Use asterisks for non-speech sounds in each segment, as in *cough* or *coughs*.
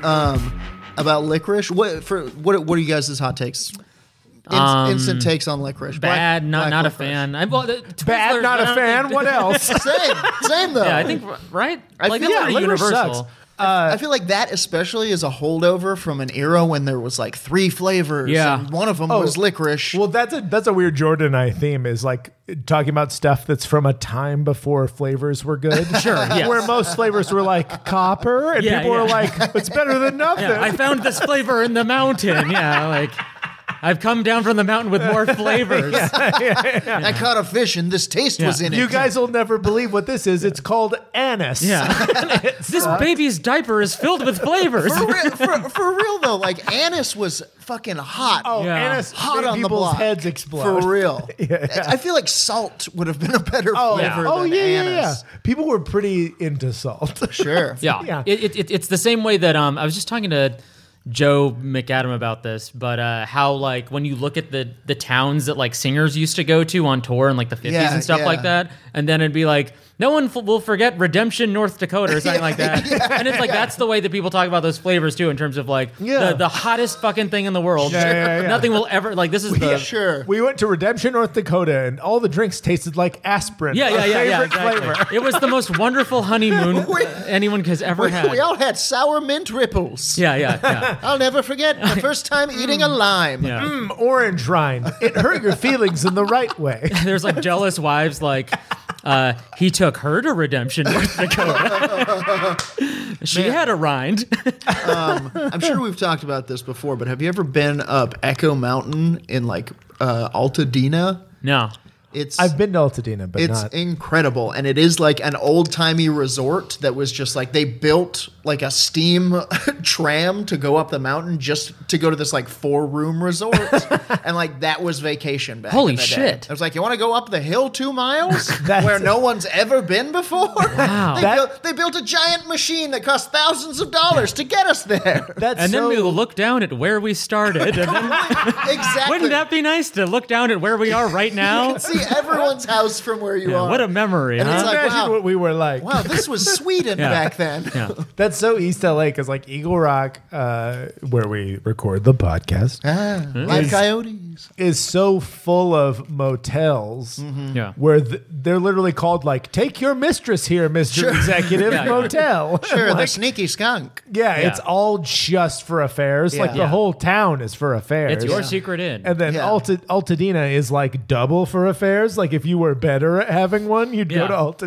about licorice. What for? What what are you guys' hot takes? Ins- Um, instant takes on licorice. Black- Bad, not black not a licorice. fan. I, well, the- Bad, Twizzlers, not I a don't fan. think- What *laughs* else? Same, same though. Yeah, I think right. I like feel- that's yeah, pretty licorice universal. sucks. I feel like that especially is a holdover from an era when there was like three flavors. Yeah. and one of them Oh. was licorice. Well, that's a that's a weird Jordan and I theme is like talking about stuff that's from a time before flavors *laughs* were good. sure, yes. Where most flavors were like copper, and Yeah, people were yeah. like, "It's better than nothing." *laughs* Yeah, I found this flavor in the mountain. Yeah, like I've come down from the mountain with more *laughs* flavors. I caught a fish and this taste Yeah. was in it. you guys will never believe what this is. It's called anise. Yeah. *laughs* this baby's diaper is filled with *laughs* flavors. for, real, for, for real though, like anise was fucking hot. Oh, Yeah. anise hot made on the people's block. heads explode. For *laughs* real. I feel like salt would have been a better Oh, flavor oh than yeah, yeah, anise. yeah. People were pretty into salt. Sure. Yeah. *laughs* Yeah. It, it, it, it's the same way that um, I was just talking to Joe McAdam about this, but uh, how like when you look at the the towns that like singers used to go to on tour in like the 50s Yeah, and stuff yeah. like that, and then it'd be like, no one f- will forget Redemption, North Dakota, or something *laughs* like that. and it's like that's the way that people talk about those flavors too, in terms of like Yeah. the, the hottest fucking thing in the world. Yeah, yeah, yeah. Nothing will ever like *laughs* this is the Sure. We went to Redemption, North Dakota, and all the drinks tasted like aspirin. Yeah, yeah, our yeah, yeah. favorite flavor. Exactly. It was the most wonderful *laughs* honeymoon We- anyone has ever We, had. we all had sour mint ripples. yeah, yeah, yeah. I'll never forget *laughs* my first time eating a lime. yeah. Mm, Orange rind. It hurt your feelings in the right way. There's like jealous wives like uh, he took her to redemption *laughs* North Dakota. she had a rind. I'm sure we've talked about this before, but have you ever been up Echo Mountain in like uh, Altadena? no. It's *laughs* I've been to Altadena, but it's not. incredible, and it is like an old timey resort that was just like they built like a steam *laughs* tram to go up the mountain just to go to this like four room *laughs* resort, and like that was vacation back. Holy in the day. shit. I was like, you want to go up the hill two *laughs* miles That's- where no one's ever been before? Wow, *laughs* they, That- built, they built a giant machine that cost thousands of dollars to get *laughs* us there. That's And then so- we look down at where we started. And then, *laughs* exactly. wouldn't that be nice to look down at where we are right *laughs* now? see everyone's house from where you Yeah, are. what a memory, And it's huh? like- Imagine wow. what we were like. wow, this was Sweden *laughs* Yeah. back then. yeah. That's so East LA because, like, Eagle Rock, uh, where we record the podcast, Ah, live coyotes. is so full of motels Mm-hmm. Yeah. where th- they're literally called, like, take your mistress here, Mr. Executive Yeah, yeah. Motel. Sure, the sneaky skunk. Yeah, Yeah. it's all just for affairs. Like, the Yeah. whole town is for affairs. It's your secret in. And then Yeah. Alta, Altadena is like double for affairs. Like if you were better at having one, you'd Yeah. go to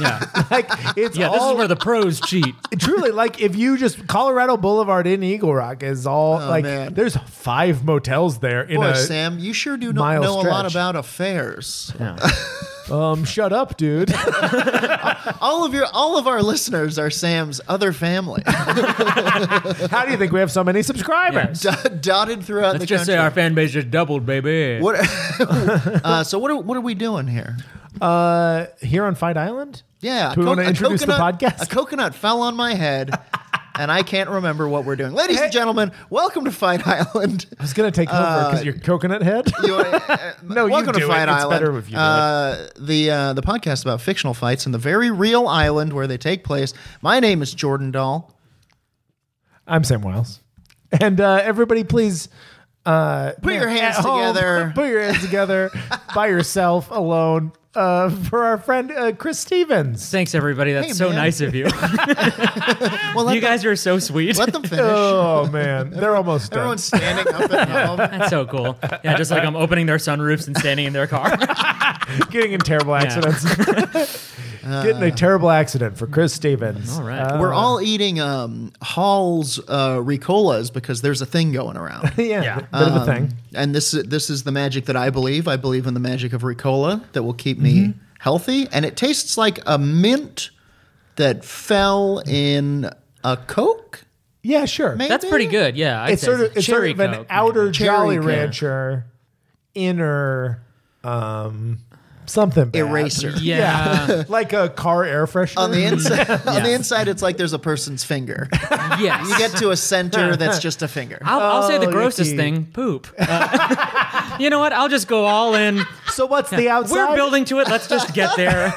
*laughs* *laughs* yeah. *laughs* Like it's Yeah, this all is where the pros cheat. *laughs* truly like if you just Colorado Boulevard in Eagle Rock is all like Oh, man. there's five motels there in Boy, a Sam, you sure do not mile know a lot stretch. about affairs. Yeah. um shut *laughs* up, dude. All of your, all of our listeners are Sam's other *laughs* family, How do you think we have so many subscribers? dot- dotted throughout Let's the just country. say our fan base just doubled, baby. what, uh, so what are, what are we doing here? Uh here on Fight Island? Yeah, Do we a want to co- a introduce the coconut- podcast? A coconut fell on my head, *laughs* and I can't remember what we're doing. Ladies and gentlemen, welcome to Fight Island. I was gonna take over because you're coconut head. You, uh, *laughs* no, you Welcome do to it. Fight It's Island. better if you do it. uh, the uh, the podcast about fictional fights and the very real island where they take place. My name is Jordan Dahl. I'm Sam Wiles. And uh, everybody, please uh, Put your hands *laughs* at home, together. *laughs* put your *laughs* hands together by yourself, alone, uh, for our friend uh, Chris Stevens. Thanks, everybody. That's Hey, so man. *laughs* nice of you. Well, let, you guys are so sweet. let them finish. *laughs* Oh man, they're almost done. Everyone's standing up at home. *laughs* That's so cool. Yeah, just like I'm opening their sunroofs and standing in *laughs* their car. getting in *laughs* terrible accidents. *laughs* getting a terrible accident for Chris Stevens. All right. We're all eating um, Hall's uh, Ricolas because there's a thing going around. yeah, Yeah. bit of a thing. and this this is the magic that I believe. I believe in the magic of Ricola that will keep me healthy, and it tastes like a mint that fell in a Coke. Yeah, sure. Maybe? That's pretty good. Yeah, I'd it's say sort of it's sort cherry of an Coke, outer maybe. Jolly Cherry Coke. Rancher, inner um something bad. Eraser. Yeah, like a car air freshener. On the inside, on the inside, it's like there's a person's finger. *laughs* yes. You get to a center that's just a finger. I'll, I'll say the Oh, grossest yucky. thing: poop. Uh, *laughs* you know what? I'll just go all in. so what's *laughs* the outside? We're building to it. Let's just get *laughs* there.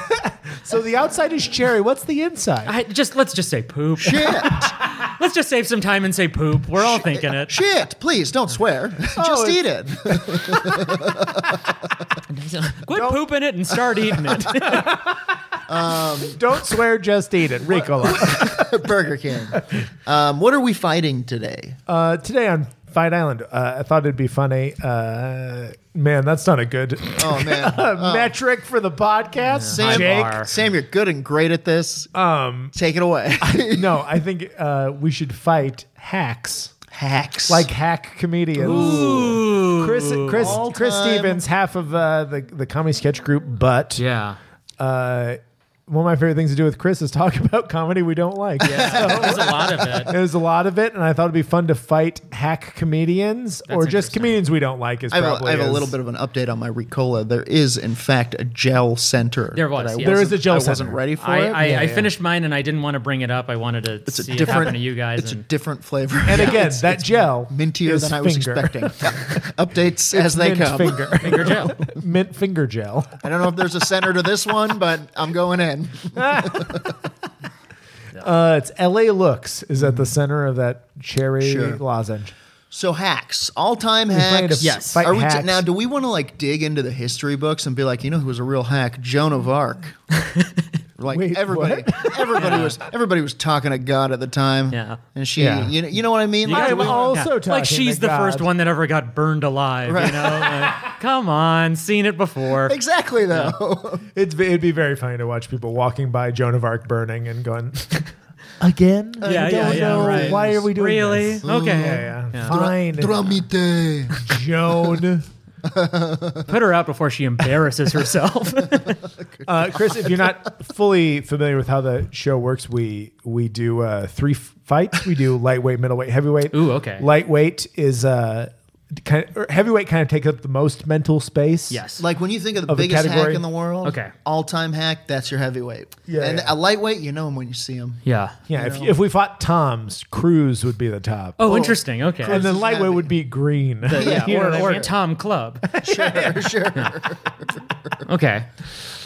So the outside is cherry. What's the inside? I just let's just say poop. Shit, Let's just save some time and say poop. We're all thinking it. shit! Please don't swear. *laughs* just eat it. Quit pooping it and start eating it. *laughs* *laughs* Don't swear, just eat it. Ricola. Burger King. Um, what are we fighting today? *laughs* Uh, today on Fight Island, uh, I thought it'd be funny. Uh, man, that's not a good uh, Oh man, metric for the podcast. *laughs* Sam, Jake. Sam, you're good and great at this. Um, take it away. No, *laughs* I think uh, we should fight hacks. Hacks. Like hack comedians. Ooh. Chris Chris Chris Stevens, half of uh, the the comedy sketch group, but Yeah. uh, one of my favorite things to do with Chris is talk *laughs* about comedy we don't like. There's a lot of it. There's a lot of it, and I thought it'd be fun to fight hack comedians or just interesting. comedians we don't like. Is I have, a, probably I have a is- little bit of an update on my Ricola. There is, in fact, a gel center. There was, that I yes. There is wasn't- a gel I wasn't center. ready for I, it. I, Yeah, I yeah. finished mine and I didn't want to bring it up. I wanted to it's see a it happen different. to you guys. It's a and- different flavor. And *laughs* again, that gel mintier is than I was finger. expecting. Updates as they *laughs* mint come. Finger. *laughs* Finger gel. mint finger gel. I don't know if there's a center to this one, but I'm going in. Uh, it's LA Looks is at the center of that cherry Mm. Sure. lozenge. So hacks, all time find hacks. a- Yes. fight Are we t- hacks. now? Do we want to like dig into the history books and be like, you know, who was a real hack? Joan of Arc. like Wait, everybody, *laughs* everybody was everybody was talking to God at the time. Yeah. And she, Yeah. you know, you know what I mean. guys I'm were- also talking like to she's the God. first one that ever got burned alive. You know, Like, come on, seen it before. exactly though. *laughs* It's, it'd be very funny to watch people walking by Joan of Arc burning and *laughs* going, again? Yeah, I yeah, don't yeah, know. right. Why are we doing Really? this? Okay. Yeah, yeah. Fine. Tramite. *laughs* Joan. Put her out before she embarrasses herself. Uh, Chris, if you're not fully familiar with how the show works, we we do uh, three f- fights. We do lightweight, middleweight, heavyweight. Ooh, okay. Lightweight is uh, kind of, or heavyweight kind of takes up the most mental space. *laughs* yes. Like when you think of the Of a biggest hack category? in the world, Okay. all time hack, that's your heavyweight. Yeah, and yeah. a lightweight, you know him when you see him. *laughs* yeah. Yeah. If, if we fought Tom's, Cruz would be the top. Oh, interesting. Okay. and then is lightweight heavy. would be Green. yeah, *laughs* You know or, what I or mean? Tom *laughs* Club. Sure, sure. Okay.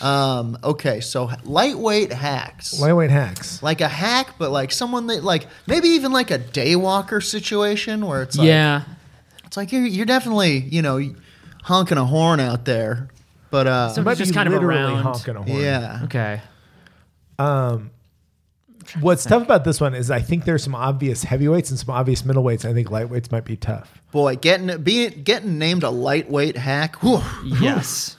Um, okay, so lightweight hacks. lightweight hacks. like a hack, but like someone that like maybe even like a daywalker situation where it's like yeah. it's like you're you're definitely you know honking a horn out there, but uh Some- Just kind of literally around. honking a horn. yeah, Okay. What's tough about this one is I think there's some obvious heavyweights and some obvious middleweights. I think lightweights might be tough. boy, getting being getting named a lightweight hack. whew. Yes.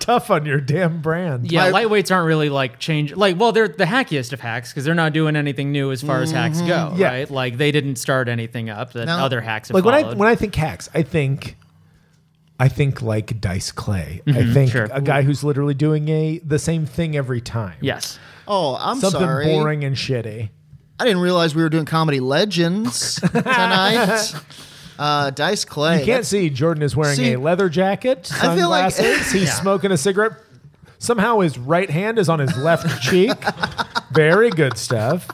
Tough on your damn brand. Yeah, My- lightweights aren't really like change. Like, well, they're the hackiest of hacks because they're not doing anything new as far as hacks go, Yeah. right? Like, they didn't start anything up that No. other hacks have like when followed. I when I think hacks, I think I think like Dice Clay. I think sure. a guy who's literally doing a the same thing every time. yes. Oh, I'm Something sorry, boring and shitty. I didn't realize we were doing comedy legends *laughs* tonight. uh, Dice Clay. You can't that's- see Jordan is wearing See- a leather jacket, I feel like- sunglasses. *laughs* he's Yeah. smoking a cigarette. Somehow his right hand is on his left *laughs* cheek. Very good stuff.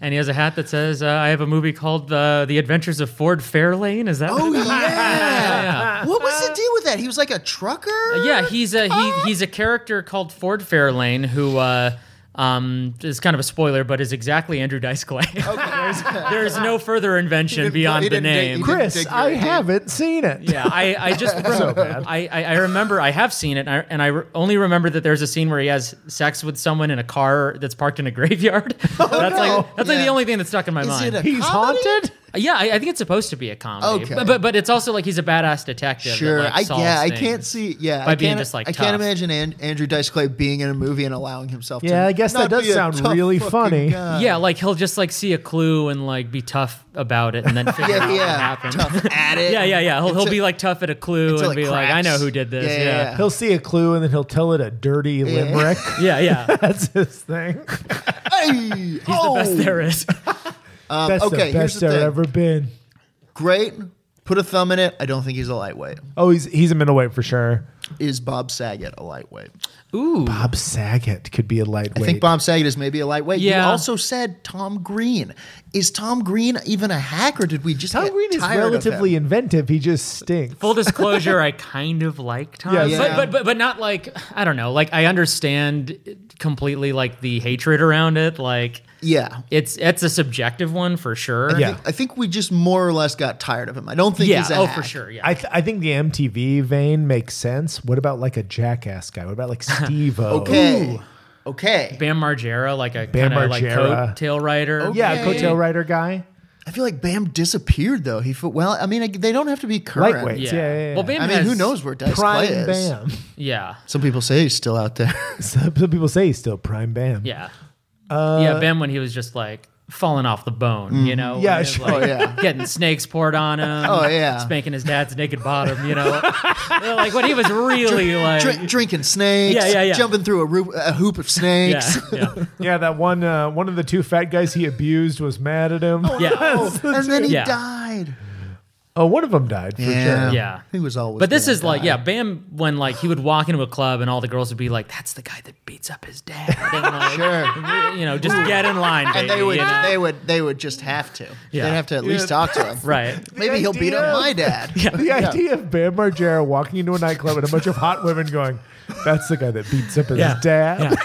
And he has a hat that says, uh, I have a movie called uh, The Adventures of Ford Fairlane. Is that Oh what it is? yeah. What was the deal with that? He was like a trucker. Yeah, he's a he, he's a character called Ford Fairlane who uh, um, is kind of a spoiler, but is exactly Andrew Dice Clay. *laughs* there's, there's no further invention didn't- beyond he the didn't dig- name. he didn't- Chris, dig I very deep. haven't seen it. Yeah, I, I just *laughs* I, I, I remember I have seen it, and I, and I re- only remember that there's a scene where he has sex with someone in a car that's parked in a *laughs* graveyard. *laughs* that's no. like that's like the Yeah. only thing that stuck in my Is mind. it a He's comedy? haunted? yeah, I, I think it's supposed to be a comedy, Okay. but, but but it's also like he's a badass detective. that, Sure, like, I solves yeah, I things. can't see yeah. by I being can't, just, like, I can't tough. imagine An- Andrew Dice Clay being in a movie and allowing himself. to Yeah, I guess that not does be a sound tough really fucking funny. guy. Yeah, like he'll just like see a clue and like be tough about it, *laughs* and then figure yeah, out what yeah. happened. *laughs* Tough at it. Yeah, yeah, yeah. He'll, he'll Until- be like tough at a clue until and it be like, I know cracks. who did this. Yeah, yeah, Yeah, He'll see a clue and then he'll tell it a dirty limerick. *laughs* *laughs* yeah, *laughs* yeah. That's his thing. yeah. Hey, oh. *laughs* He's the best *laughs* there is. That's Um, okay, the here's best the I've thing. ever been. Great. Put a thumb in it. I don't think he's a lightweight. Oh, he's he's a middleweight for sure. Is Bob Saget a lightweight? Ooh. Bob Saget could be a lightweight. I think Bob Saget is maybe a lightweight. You Yeah. also said Tom Green. Is Tom Green even a hack, or did we just Tom get Green is tired of relatively him? inventive. He just stinks. Full disclosure, I kind of like Tom, Yes. but, Yeah. but but but not like I don't know. Like I understand completely like the hatred around it. Like Yeah. it's it's a subjective one for sure. Yeah. I think we just more or less got tired of him. I don't think yeah. he's a Oh, hack. for sure. Yeah. I, th- I think the MTV vein makes sense. What about like a jackass guy? What about *laughs* like Steve Oh. O? Okay. Okay. Bam Margera, like a Bam kind of like Margera. coattail rider. Yeah, Okay. coattail rider guy. I feel like Bam disappeared though. He fo- well, I mean, I- they don't have to be current. Lightweight. Yeah. Yeah, yeah, yeah. Well, Bam I mean, has- who knows where Dice Clay Prime is? Bam. Yeah. Some people say he's still out *laughs* there. *laughs* Some some people say he's still Prime Bam. Yeah. Uh, yeah, Ben when he was just like falling off the bone, you know? Mm-hmm. Yeah, when he was, sure. like, Oh, yeah. Getting snakes poured on him. *laughs* Oh, yeah. Spanking his dad's naked bottom, you know? *laughs* like when he was really like. Dr- drinking snakes. Yeah, yeah, yeah. Jumping through a, roo- a hoop of *laughs* yeah, snakes. yeah. Yeah, that one uh, one of the two fat guys he abused was mad at him. Yeah. *laughs* Oh, and then he Yeah. died. Oh, one of them died for Yeah. sure. Yeah. He was always. But this gonna is like, die. yeah, Bam, when like he would walk into a club and all the girls would be like, that's the guy that beats up his dad. And, like, Sure. You know, just get in line, baby. And they would, you *laughs* know? they would, they would just have to. Yeah. They'd have to at least Yeah. talk to him. *laughs* right. Maybe he'll beat idea. up my *laughs* dad. The idea of Bam Margera walking into a nightclub and a bunch of hot women going, "That's the guy that beats up his Yeah. dad."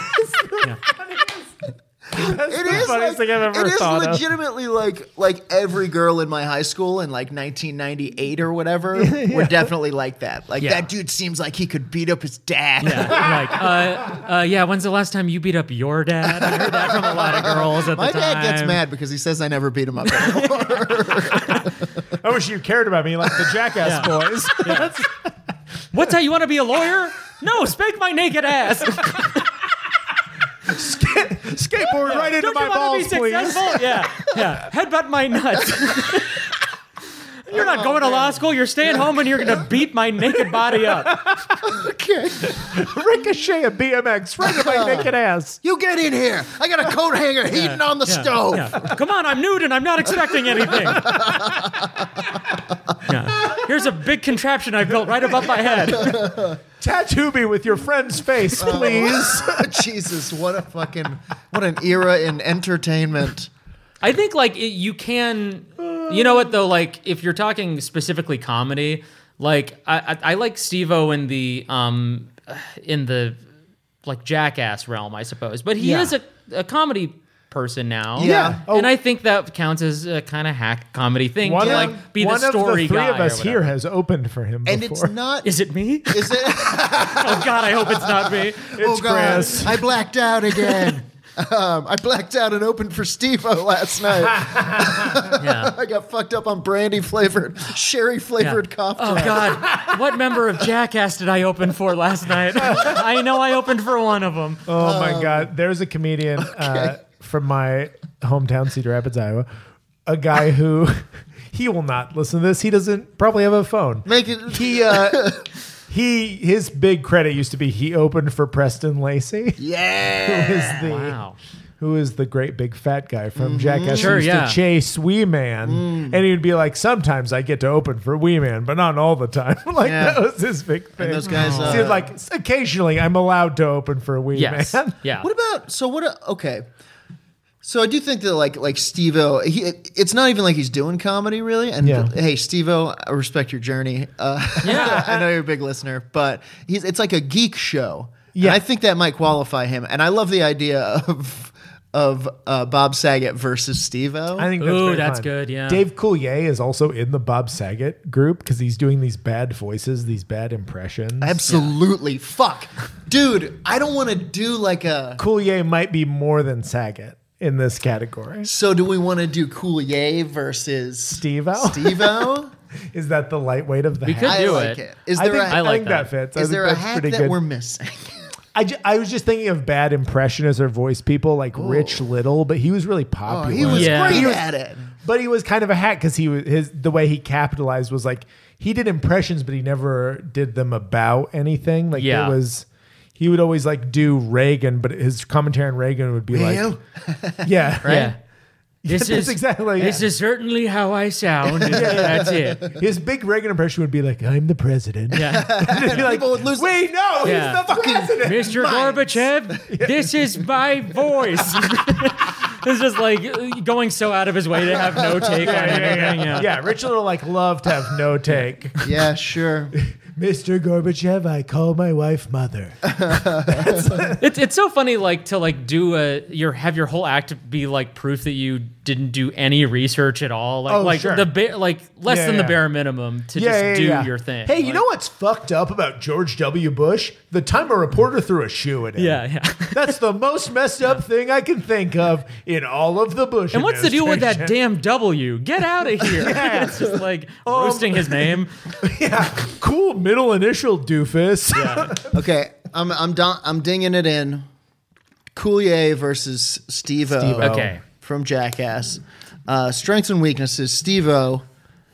Yeah. It is funniest like, thing I've ever it is thought of. legitimately like like every girl in my high school in like 1998 or whatever were definitely like that. Like Yeah. that dude seems like he could beat up his dad. Yeah, like, uh, uh, yeah. When's the last time you beat up your dad? I heard that from a lot of girls *laughs* at My the dad time. gets mad because he says I never beat him up. I wish you cared about me like the Jackass *laughs* Yeah. Boys. What's that? You want to be a lawyer? No, spank my naked ass. *laughs* *laughs* Skateboard right into Don't my you want balls, to be please. successful? Yeah, yeah. Headbutt my nuts. *laughs* You're Oh, not going to law school. You're staying home and you're going to beat my naked body *laughs* up. okay, Ricochet a BMX right *laughs* into my naked ass. you get in here. I got a coat hanger heating on the Yeah, stove. yeah. Come on, I'm nude and I'm not expecting *laughs* anything. Yeah. Here's a big contraption I built right above my head. Tattoo me with your friend's face, Oh. please. *laughs* Jesus, what a fucking what an era in entertainment. I think like it, you can, you know what though? Like if you're talking specifically comedy, like I I, I like Steve-O in the um in the like Jackass realm, I suppose. But he Yeah. is a, a comedy person now. Yeah. Oh. And I think that counts as a kind of hack comedy thing *laughs* to of- like be the one story of the three guy. of us or here whatever. has opened for him And before. it's not. Is it *laughs* me? is it? oh God, I hope it's not me. oh god, Chris. I blacked out again. *laughs* um, I blacked out and opened for Steve-O last night. Yeah. I got fucked up on brandy flavored, sherry Yeah. flavored cocktail. Oh God! What member of Jackass did I open for last night? I know I opened for one of them. Oh um, my God! There's *laughs* a comedian uh, from my hometown, Cedar Rapids, Iowa. *laughs* A guy who he will not listen to this. He doesn't probably have a phone. Make it. *laughs* He uh, he his big credit used to be he opened for Preston Lacey, *laughs* who yeah. is *laughs* the Wow. who is the great big fat guy Mm-hmm. from Jackass Sure, who used yeah. to chase Wee Man, Mm. and he'd be like, "Sometimes I get to open for Wee Man, but not all the time." *laughs* like Yeah. that was his big thing. those guys, So he'd uh, like occasionally, I'm allowed to open for Wee *laughs* Yes. Man. Yeah. What about so what? A, okay. So I do think that like like Steve-O, he, it's not even like he's doing comedy really. And Yeah. hey, Steve-O, I respect your journey. Uh, *laughs* Yeah. I know you're a big listener, but he's it's like a geek show. Yeah, Yeah. I think that might qualify him. And I love the idea of of uh, Bob Saget versus Steve-O. I think that's Ooh, very that's fun. good, yeah. Dave Coulier is also in the Bob Saget group because he's doing these bad voices, these bad impressions. Absolutely, fuck, dude. I don't want to do like a. Coulier might be more than Saget in this category. So do we want to do Coulier versus Steve-O? *laughs* Steve-O? Is that the lightweight of the? We hat? could I do like it. it. Is I there think, a I like think that. that. fits. I is think there a that's hack pretty that good. we're missing? I, ju- I was just thinking of bad impressionists or voice people like Rich Little, but Oh, he was really popular. he was Yeah. great He at it. but he was kind of a hack because he was his the way he capitalized was like he did impressions, but he never did them about anything. Like Yeah. it was he he would always like do Reagan, but his commentary on Reagan would be like, Real? *laughs* yeah, right. Yeah. *laughs* This *laughs* that's is exactly- This yeah. is certainly how I *laughs* sound. That's it. His big Reagan impression would be like, "I'm the president." Yeah. *laughs* He'd be like, People would lose- Wait, no, Yeah. he's the president. *laughs* Mr. Gorbachev, this is my voice. *laughs* it's just like uh, going so out of his way to have *laughs* no take on anything. yeah. yeah, Richard will like love to have no *laughs* take. Yeah, sure. Mr. Gorbachev, I call my wife mother. It's it's so funny like to like do a your have your whole act be like proof that you didn't do any research at all. Like Oh, like sure. the ba- like less Yeah, than the yeah. bare minimum to just do your thing. Hey, you Like- know what's fucked up about George W. Bush? The time a reporter threw a shoe at him. Yeah, yeah. That's the most messed up thing I can think of in all of the Bush. And what's the deal with that administration. damn W? Get out *laughs* of here. *laughs* it's just like Oh. roasting his name. *laughs* Yeah, cool middle initial doofus. *laughs* Okay, I'm I'm don- I'm dinging it in. Coulier versus Steve-O, Okay. from Jackass. Uh, strengths and weaknesses. Steve-O,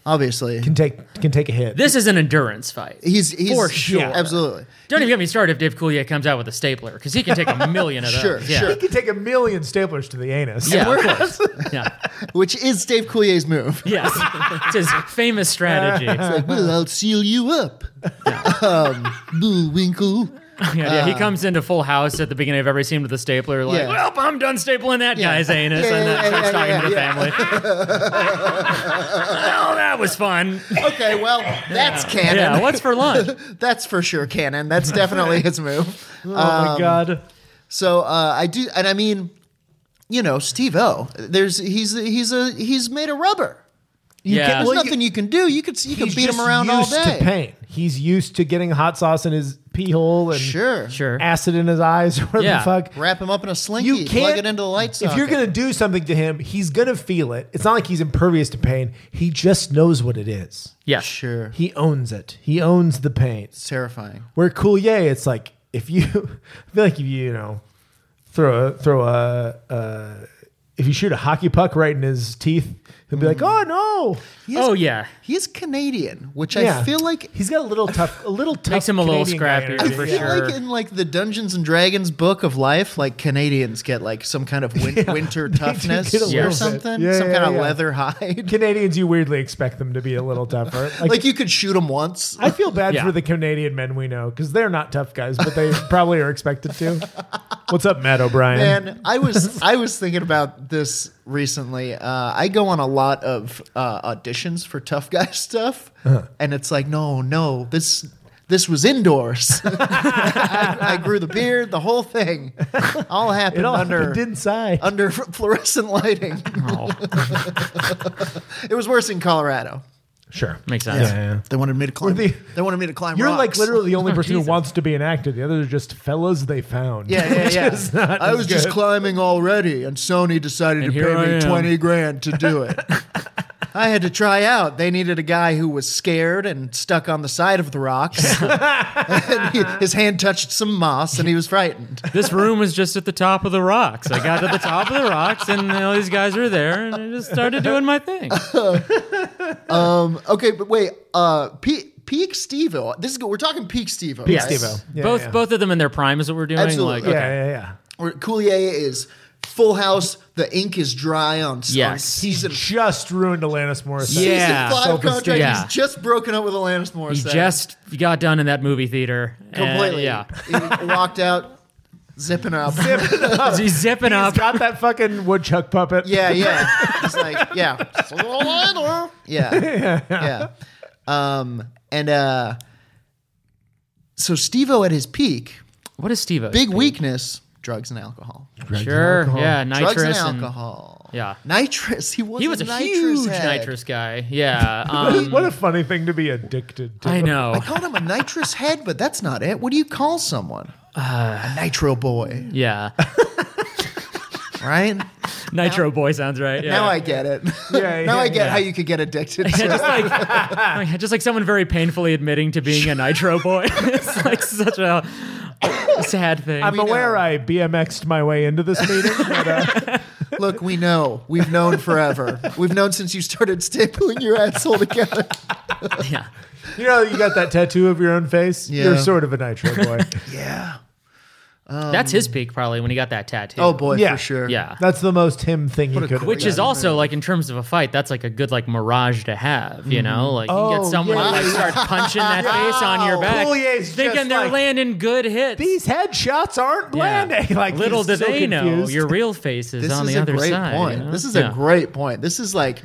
obviously. can take can take a hit. This is an endurance fight. He's, he's For sure. yeah, absolutely. Don't even get me started if Dave Coulier comes out with a stapler because he can *laughs* take a million of those. Sure, yeah. sure. he can take a million staplers to the anus. Yeah, of course. Yeah. Which is Dave Coulier's move. Yes. It's his famous *laughs* strategy. Like, well, I'll seal you up. Um, boo Winkle. *laughs* Yeah, yeah, he comes into Full House at the beginning of every scene with a stapler, like, Uh. Yeah. "Well, I'm done stapling that Yeah. guy's anus," Yeah, and yeah, then yeah, starts yeah, talking yeah, to the yeah. family. *laughs* well, that was fun. Okay, well, that's canon. Yeah, what's for lunch? That's for sure canon. *laughs* That's definitely his move. Oh my Um, god. So uh, I do, and I mean, you know, Steve O. There's he's he's a he's made of rubber. yeah, There's well, you- nothing you, can do. You could you could He's beat him just around all used day. To pain. He's used to getting hot sauce in his pee hole and Sure, sure. acid in his eyes or whatever Yeah. the fuck. Wrap him up in a slinky. You can't plug it into the light socket. If you're gonna do something to him, he's gonna feel it. It's not like he's impervious to pain. He just knows what it is. Yeah, sure, He owns it. He owns the pain. it's terrifying. Where Coulier, it's like if you, *laughs* I feel like if you, you know, throw a throw a, uh, if you shoot a hockey puck right in his teeth, he'll be like, oh no. He's, Oh yeah, he's Canadian, which Mm. I feel like he's got a little tough, a little tough. Makes him a little Canadian guy scrappier, energy. I for feel sure. like in like the Dungeons and Dragons book of life, like Canadians get like some kind of *laughs* win- winter toughness get a little or bit. something, Yeah, some yeah, kind of yeah. leather *laughs* hide. Canadians, you weirdly expect them to be a *laughs* little tougher. Like, Like you could shoot him once. I feel bad Yeah. for the Canadian men we know because they're not tough guys, but they probably are expected to. What's up, Matt O'Brien? Man, I *laughs* was I was thinking about this recently. Uh, I go on a lot of uh, auditions for tough guy *laughs* stuff, Uh-huh. and it's like, no, no, this this was indoors. *laughs* I, I grew the beard, the whole thing, all happened *laughs* it all under happened inside. under fluorescent lighting. oh, It was worse in Colorado. sure, makes sense. They wanted me to climb. the- they wanted me to climb. You're rocks. *laughs* like literally the only person Oh, Jesus. who wants to be an actor. The others are just fellas they found. Yeah, yeah, yeah. is not I as was just good. climbing already, and Sony decided And to here pay I me am. twenty grand to do *laughs* it. I had to try out. They needed a guy who was scared and stuck on the side of the *laughs* rocks. and he- his hand touched some moss, and he was frightened. This room was just at the top of the rocks. I got to the top of the rocks, and all these guys were there, and I just started doing my thing. Okay, but wait, uh, Pe- peak Steve-O. This is good. We're talking peak Steve-O. Peak Yes. Steve-O. Yeah, both yeah. both of them in their prime is what we're doing. Absolutely. Like, Yeah, okay. yeah, yeah. Where Coulier is Full House. The ink is dry on. on- Yes. he's in Just ruined Alanis Morissette. Yeah. He's in five self-esteem. contract. Yeah. He's just broken up with Alanis Morissette. He just got done in that movie theater. completely. And, yeah. he walked out, zipping up. Oh. He's zipping He's up. got that fucking woodchuck puppet. *laughs* yeah, yeah. It's like *laughs* yeah, yeah, yeah. Um, and uh, so Steve-O at his peak, what is Steve? big weakness: drugs and alcohol. Sure. Yeah. Nitrous. drugs and and- alcohol. yeah. Nitrous. He was. He was a nitrous huge head. nitrous guy. Yeah. *laughs* Um, What a funny thing to be addicted to. I know. I called him a nitrous head, but that's not it. What do you call someone? Uh, a nitro boy, *laughs* Yeah. right? Nitro boy sounds right. Yeah. Now I get it. *laughs* Yeah, now yeah, I get yeah. how you could get addicted *laughs* to Yeah, just like, just like someone very painfully admitting to being a nitro boy. *laughs* it's like such *laughs* a sad thing. I'm aware know. I BMX'd my way into this meeting. *laughs* But, uh, Look, we know. We've known forever. We've known since you started stapling your asshole together. yeah. you know, you got that tattoo of your own face. Yeah. *laughs* You're sort of a nitro boy. Yeah. That's his peak probably when he got that tattoo. Um, Oh boy, Yeah. for sure. yeah. That's the most him thing What he a could. Which have is also like in terms of a fight, that's like a good like mirage to have, you Mm-hmm. know? Like you Oh, get someone yeah. to like start *laughs* punching that face on your back, Poulier's thinking just they're like, landing good hits. These headshots aren't Yeah. *laughs* landing. *laughs* Like little he's do so they know confused. your real face is This on is the a other great side. point. you know? This is Yeah. a great point. This is like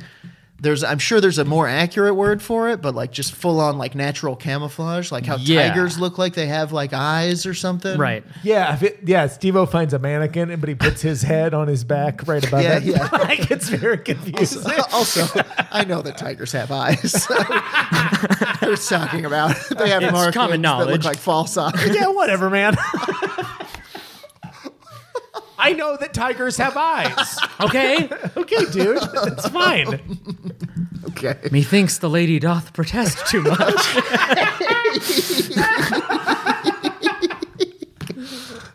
there's I'm sure there's a more accurate word for it, but like just full on like natural camouflage, like how Yeah. tigers look like they have like eyes or something. *laughs* right. Yeah, if it, yeah. Steve-O finds a mannequin, but he puts his head on his back right above Yeah, it. yeah. *laughs* Oh. like it's *laughs* very confusing. also, I know that tigers have eyes. *laughs* I was talking about they have It's markings common that look knowledge. like false eyes. *laughs* yeah, whatever, man. I know that tigers have eyes. *laughs* Okay. Okay, dude, it's fine. Okay. Methinks the lady doth protest too *laughs* much.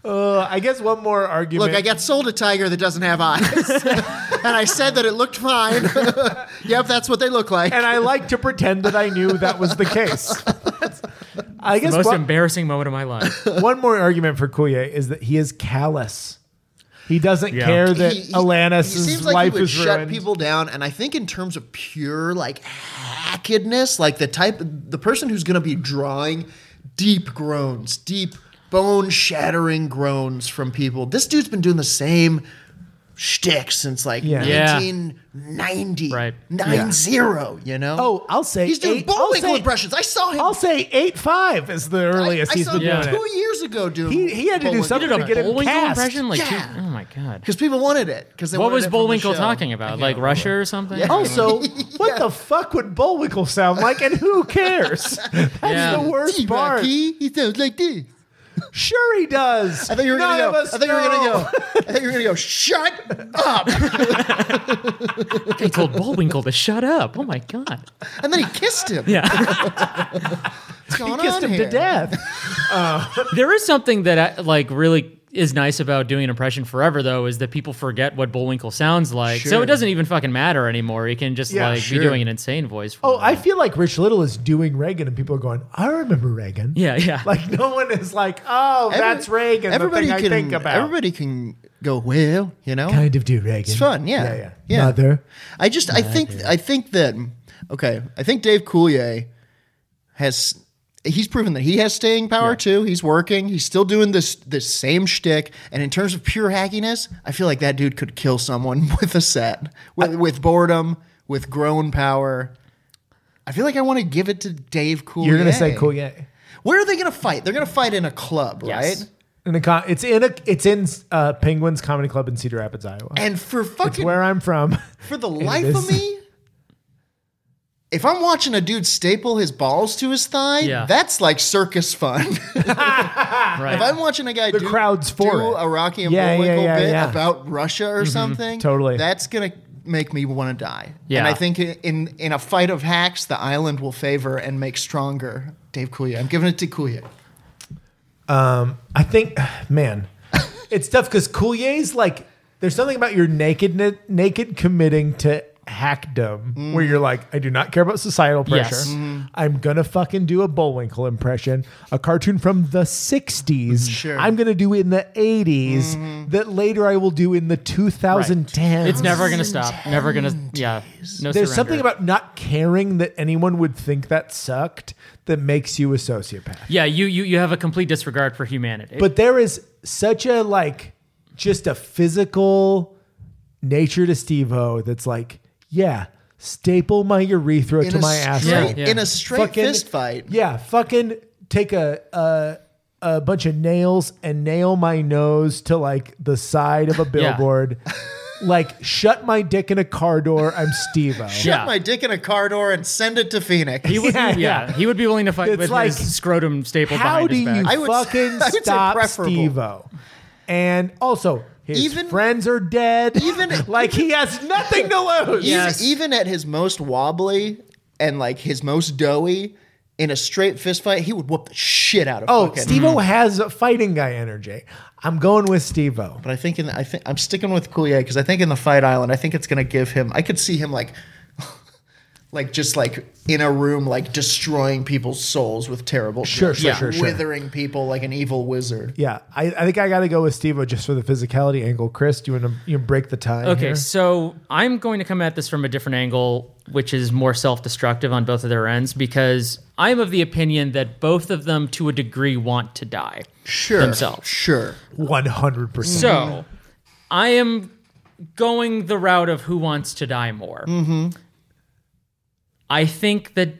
Uh, I guess one more argument. Look, I got sold a tiger that doesn't have *laughs* eyes, and I said that it looked fine. *laughs* yep, that's what they look like. and I like to pretend that I knew that was *laughs* the case. I guess Most one, embarrassing moment of *laughs* my *laughs* life. one more argument for Kuye is that he is callous. He doesn't Yeah. care that He- he- Alanis' he seems like life he would is shut ruined. people down and i think in terms of pure like hackedness like the type the person who's going to be drawing deep groans deep bone shattering groans from people this dude's been doing the same shtick since like Yeah. Yeah. 1990 Right. 90 you know Oh, I'll say he's doing eight- I'll bowling say- impressions i saw him I'll say eight five is the I- earliest I, he's saw been him doing it. two years ago doing He- he had to do something Did a to get him Bullwinkle cast. impression? Like, Yeah. dude, oh my god. because people wanted it because What was Bullwinkle talking about? Like Russia or something? Yeah. Oh, Also, *laughs* what the fuck would Bullwinkle sound like, and *laughs* who cares? That's Yeah. the worst part. he sounds like this Sure, he does. I thought you were None gonna of go. I us thought you were know. *laughs* gonna go. I thought you were gonna go. Shut up! I told Bullwinkle to shut up. Oh my god. And then he kissed him. Yeah. What's going He kissed on him here? to death. *laughs* there is something that I, like really is nice about doing an impression forever though is that people forget what Bullwinkle sounds like. So Sure. it doesn't even fucking matter anymore. You can just Yeah, like sure. be doing an insane voice. For Oh, it. I feel like Rich Little is doing Reagan, and people are going, "I remember Reagan." Yeah, yeah. *laughs* Like no one is like, "Oh, Every- that's Reagan." Everybody the thing can. I think about. Everybody can go. Well, you know. kind of do Reagan. It's fun, yeah. yeah, yeah. Yeah. Mother. I just. I think. I think that. Okay. I think Dave Coulier has. He's proven that he has staying power too. He's working. He's still doing this this same shtick. And in terms of pure hackiness, I feel like that dude could kill someone *laughs* with a set, with, with boredom, with grown power. I feel like I want to give it to Dave Coulier. You're gonna say cool, yeah. Where are they going to fight? They're going to fight in a club, Yes. right? In a con- it's in a it's in uh, Penguins Comedy Club in Cedar Rapids, Iowa. And for It's fucking where I'm from. *laughs* For the life is. of me, if I'm watching a dude staple his balls to his thigh, Yeah. that's like circus fun. *laughs* if right. I'm watching a guy do, crowd's for do it. a Rocky and Yeah, yeah, Bullwinkle yeah, bit yeah. Mm-hmm. about Russia or something, totally. that's gonna make me want to die. Yeah. And I think in in a fight of hacks, the island will favor and make stronger. Dave Coulier. I'm giving it to Coulier. Um, I think, *sighs* *laughs* man, it's tough because Coulier's like, there's something about your naked naked committing to hackdom where you're like, I do not care about societal pressure. Yes. Mm-hmm. I'm gonna fucking do a Bullwinkle impression, a cartoon from the '60s. Sure. Mm-hmm. I'm gonna do in the '80s that later I will do in the 2010s. It's never gonna stop. Never gonna. Yeah. No. surrender. There's something about not caring that anyone would think that sucked that makes you a sociopath. Yeah. You you you have a complete disregard for humanity. but there is such a like just a physical nature to Steve-O that's like, yeah, staple my urethra to a my ass. straight, Yeah. in a straight fist fight. Yeah, fucking take a, a a bunch of nails and nail my nose to like the side of a billboard. like shut my dick in a car door. I'm Steve-O. Put yeah. my dick in a car door and send it to Phoenix. he would, yeah, *laughs* yeah. he would be willing to fight It's with like, his scrotum staple How behind do his you back. I would say- *laughs* fucking I would say stop preferable. Steve-O? And also, his Even- friends are dead. even- *laughs* like he has nothing to Even- lose. Yes. Even at his most wobbly and like his most doughy, in a straight fist fight, he would whoop the shit out of Oh, fucking. Steve-O has fighting guy energy. I'm going with Steve-O. But I think in I think I'm sticking with Coulier because I think in the fight island, I think it's gonna give him. I could see him like *laughs* like just like in a room, like destroying people's souls with terrible Sure, jokes, sure, like, sure, sure. withering people like an evil wizard. Yeah, I, I think I got to go with Steve just for the physicality angle. Chris, do you want to you wanna break the tie? Okay, here? so I'm going to come at this from a different angle, which is more self destructive on both of their ends, because I'm of the opinion that both of them, to a degree, want to die. Sure, Themselves. Sure, 100%. Mm-hmm. So I am going the route of who wants to die more. Mm-hmm. I think that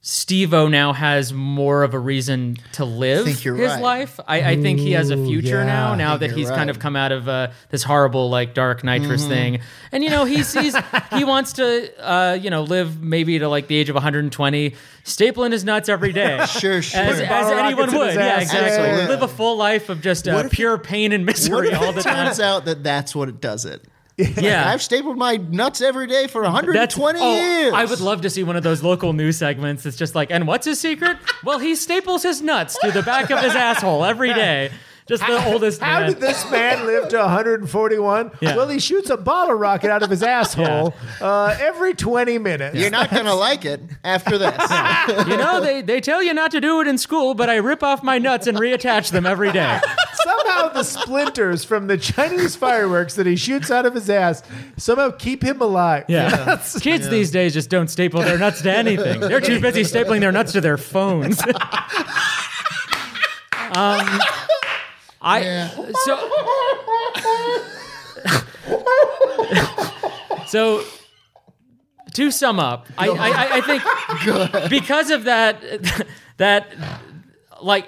Steve O now has more of a reason to live think you're his right. life. I, I think he has a future yeah. now, I now think that you're he's kind of right. Mm-hmm. come out of uh, this horrible like dark nitrous thing. And you know, *laughs* he's, he's he wants to uh, you know, live maybe to like the age of 120, stapling his nuts every day. sure, sure. As, Putting as bottle anyone rockets in would, his yeah, ass. exactly. Yeah. Live a full life of just uh, if- pure pain and What misery if all it the time. turns out that that's what it does it? Yeah, I've stapled my nuts every day for 120 oh, years. I would love to see one of those local news segments. It's just like, and what's his secret? well, he staples his nuts to the back of his asshole every day. Just the oldest. How man. did this man live to 141? Yeah. Well, he shoots a bottle rocket out *laughs* of his asshole uh, every 20 minutes. You're not gonna like it after *laughs* this. you know they they tell you not to do it in school, but I rip off my nuts and reattach them every day. Somehow the splinters from the Chinese fireworks that he shoots out of his ass somehow keep him alive. Yeah, kids these days just don't staple their nuts to anything. They're too busy stapling their nuts to their phones. *laughs* um, I so. *laughs* So, to sum up, I, I, I- I *laughs* think because of that, that like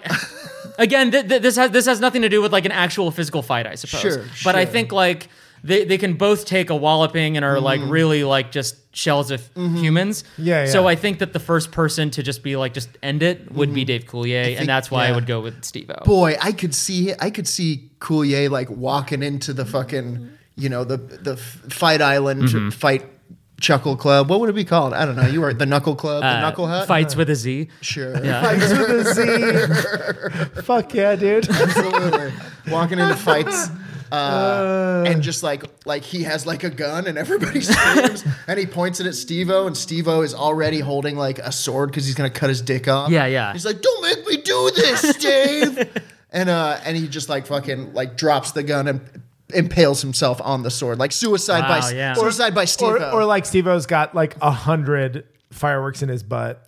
again, th- th- this has this has nothing to do with like an actual physical fight, I suppose. Sure, but I sure. think like they, they can both take a walloping and are like Mm-hmm. really like just shells of humans. Yeah, So yeah. I think that the first person to just be like just end it would be Dave Coulier, and that's why I Mm-hmm. yeah. would go with Steve-O. boy, I could see I could see Coulier like walking into the fucking you know the the f- Fight Island Fight Chuckle Club. What would it be called? I don't know. You were at the Knuckle Club, the Knuckle Hut. Fights with a Z. Sure, Uh, Yeah. To the Z. *laughs* Fuck yeah, dude. absolutely. Walking into fights. Uh, and just like like he has like a gun and everybody *laughs* screams and he points it at Steve-O and Steve-O is already holding like a sword because he's gonna cut his dick off. Yeah, yeah. He's like, "Don't make me do *laughs* this, Dave." and uh, and he just like fucking like drops the gun and impales himself on the sword, like suicide Wow, by yeah. suicide by Steve. Or, or like Steve O's got like a hundred fireworks in *laughs* his butt,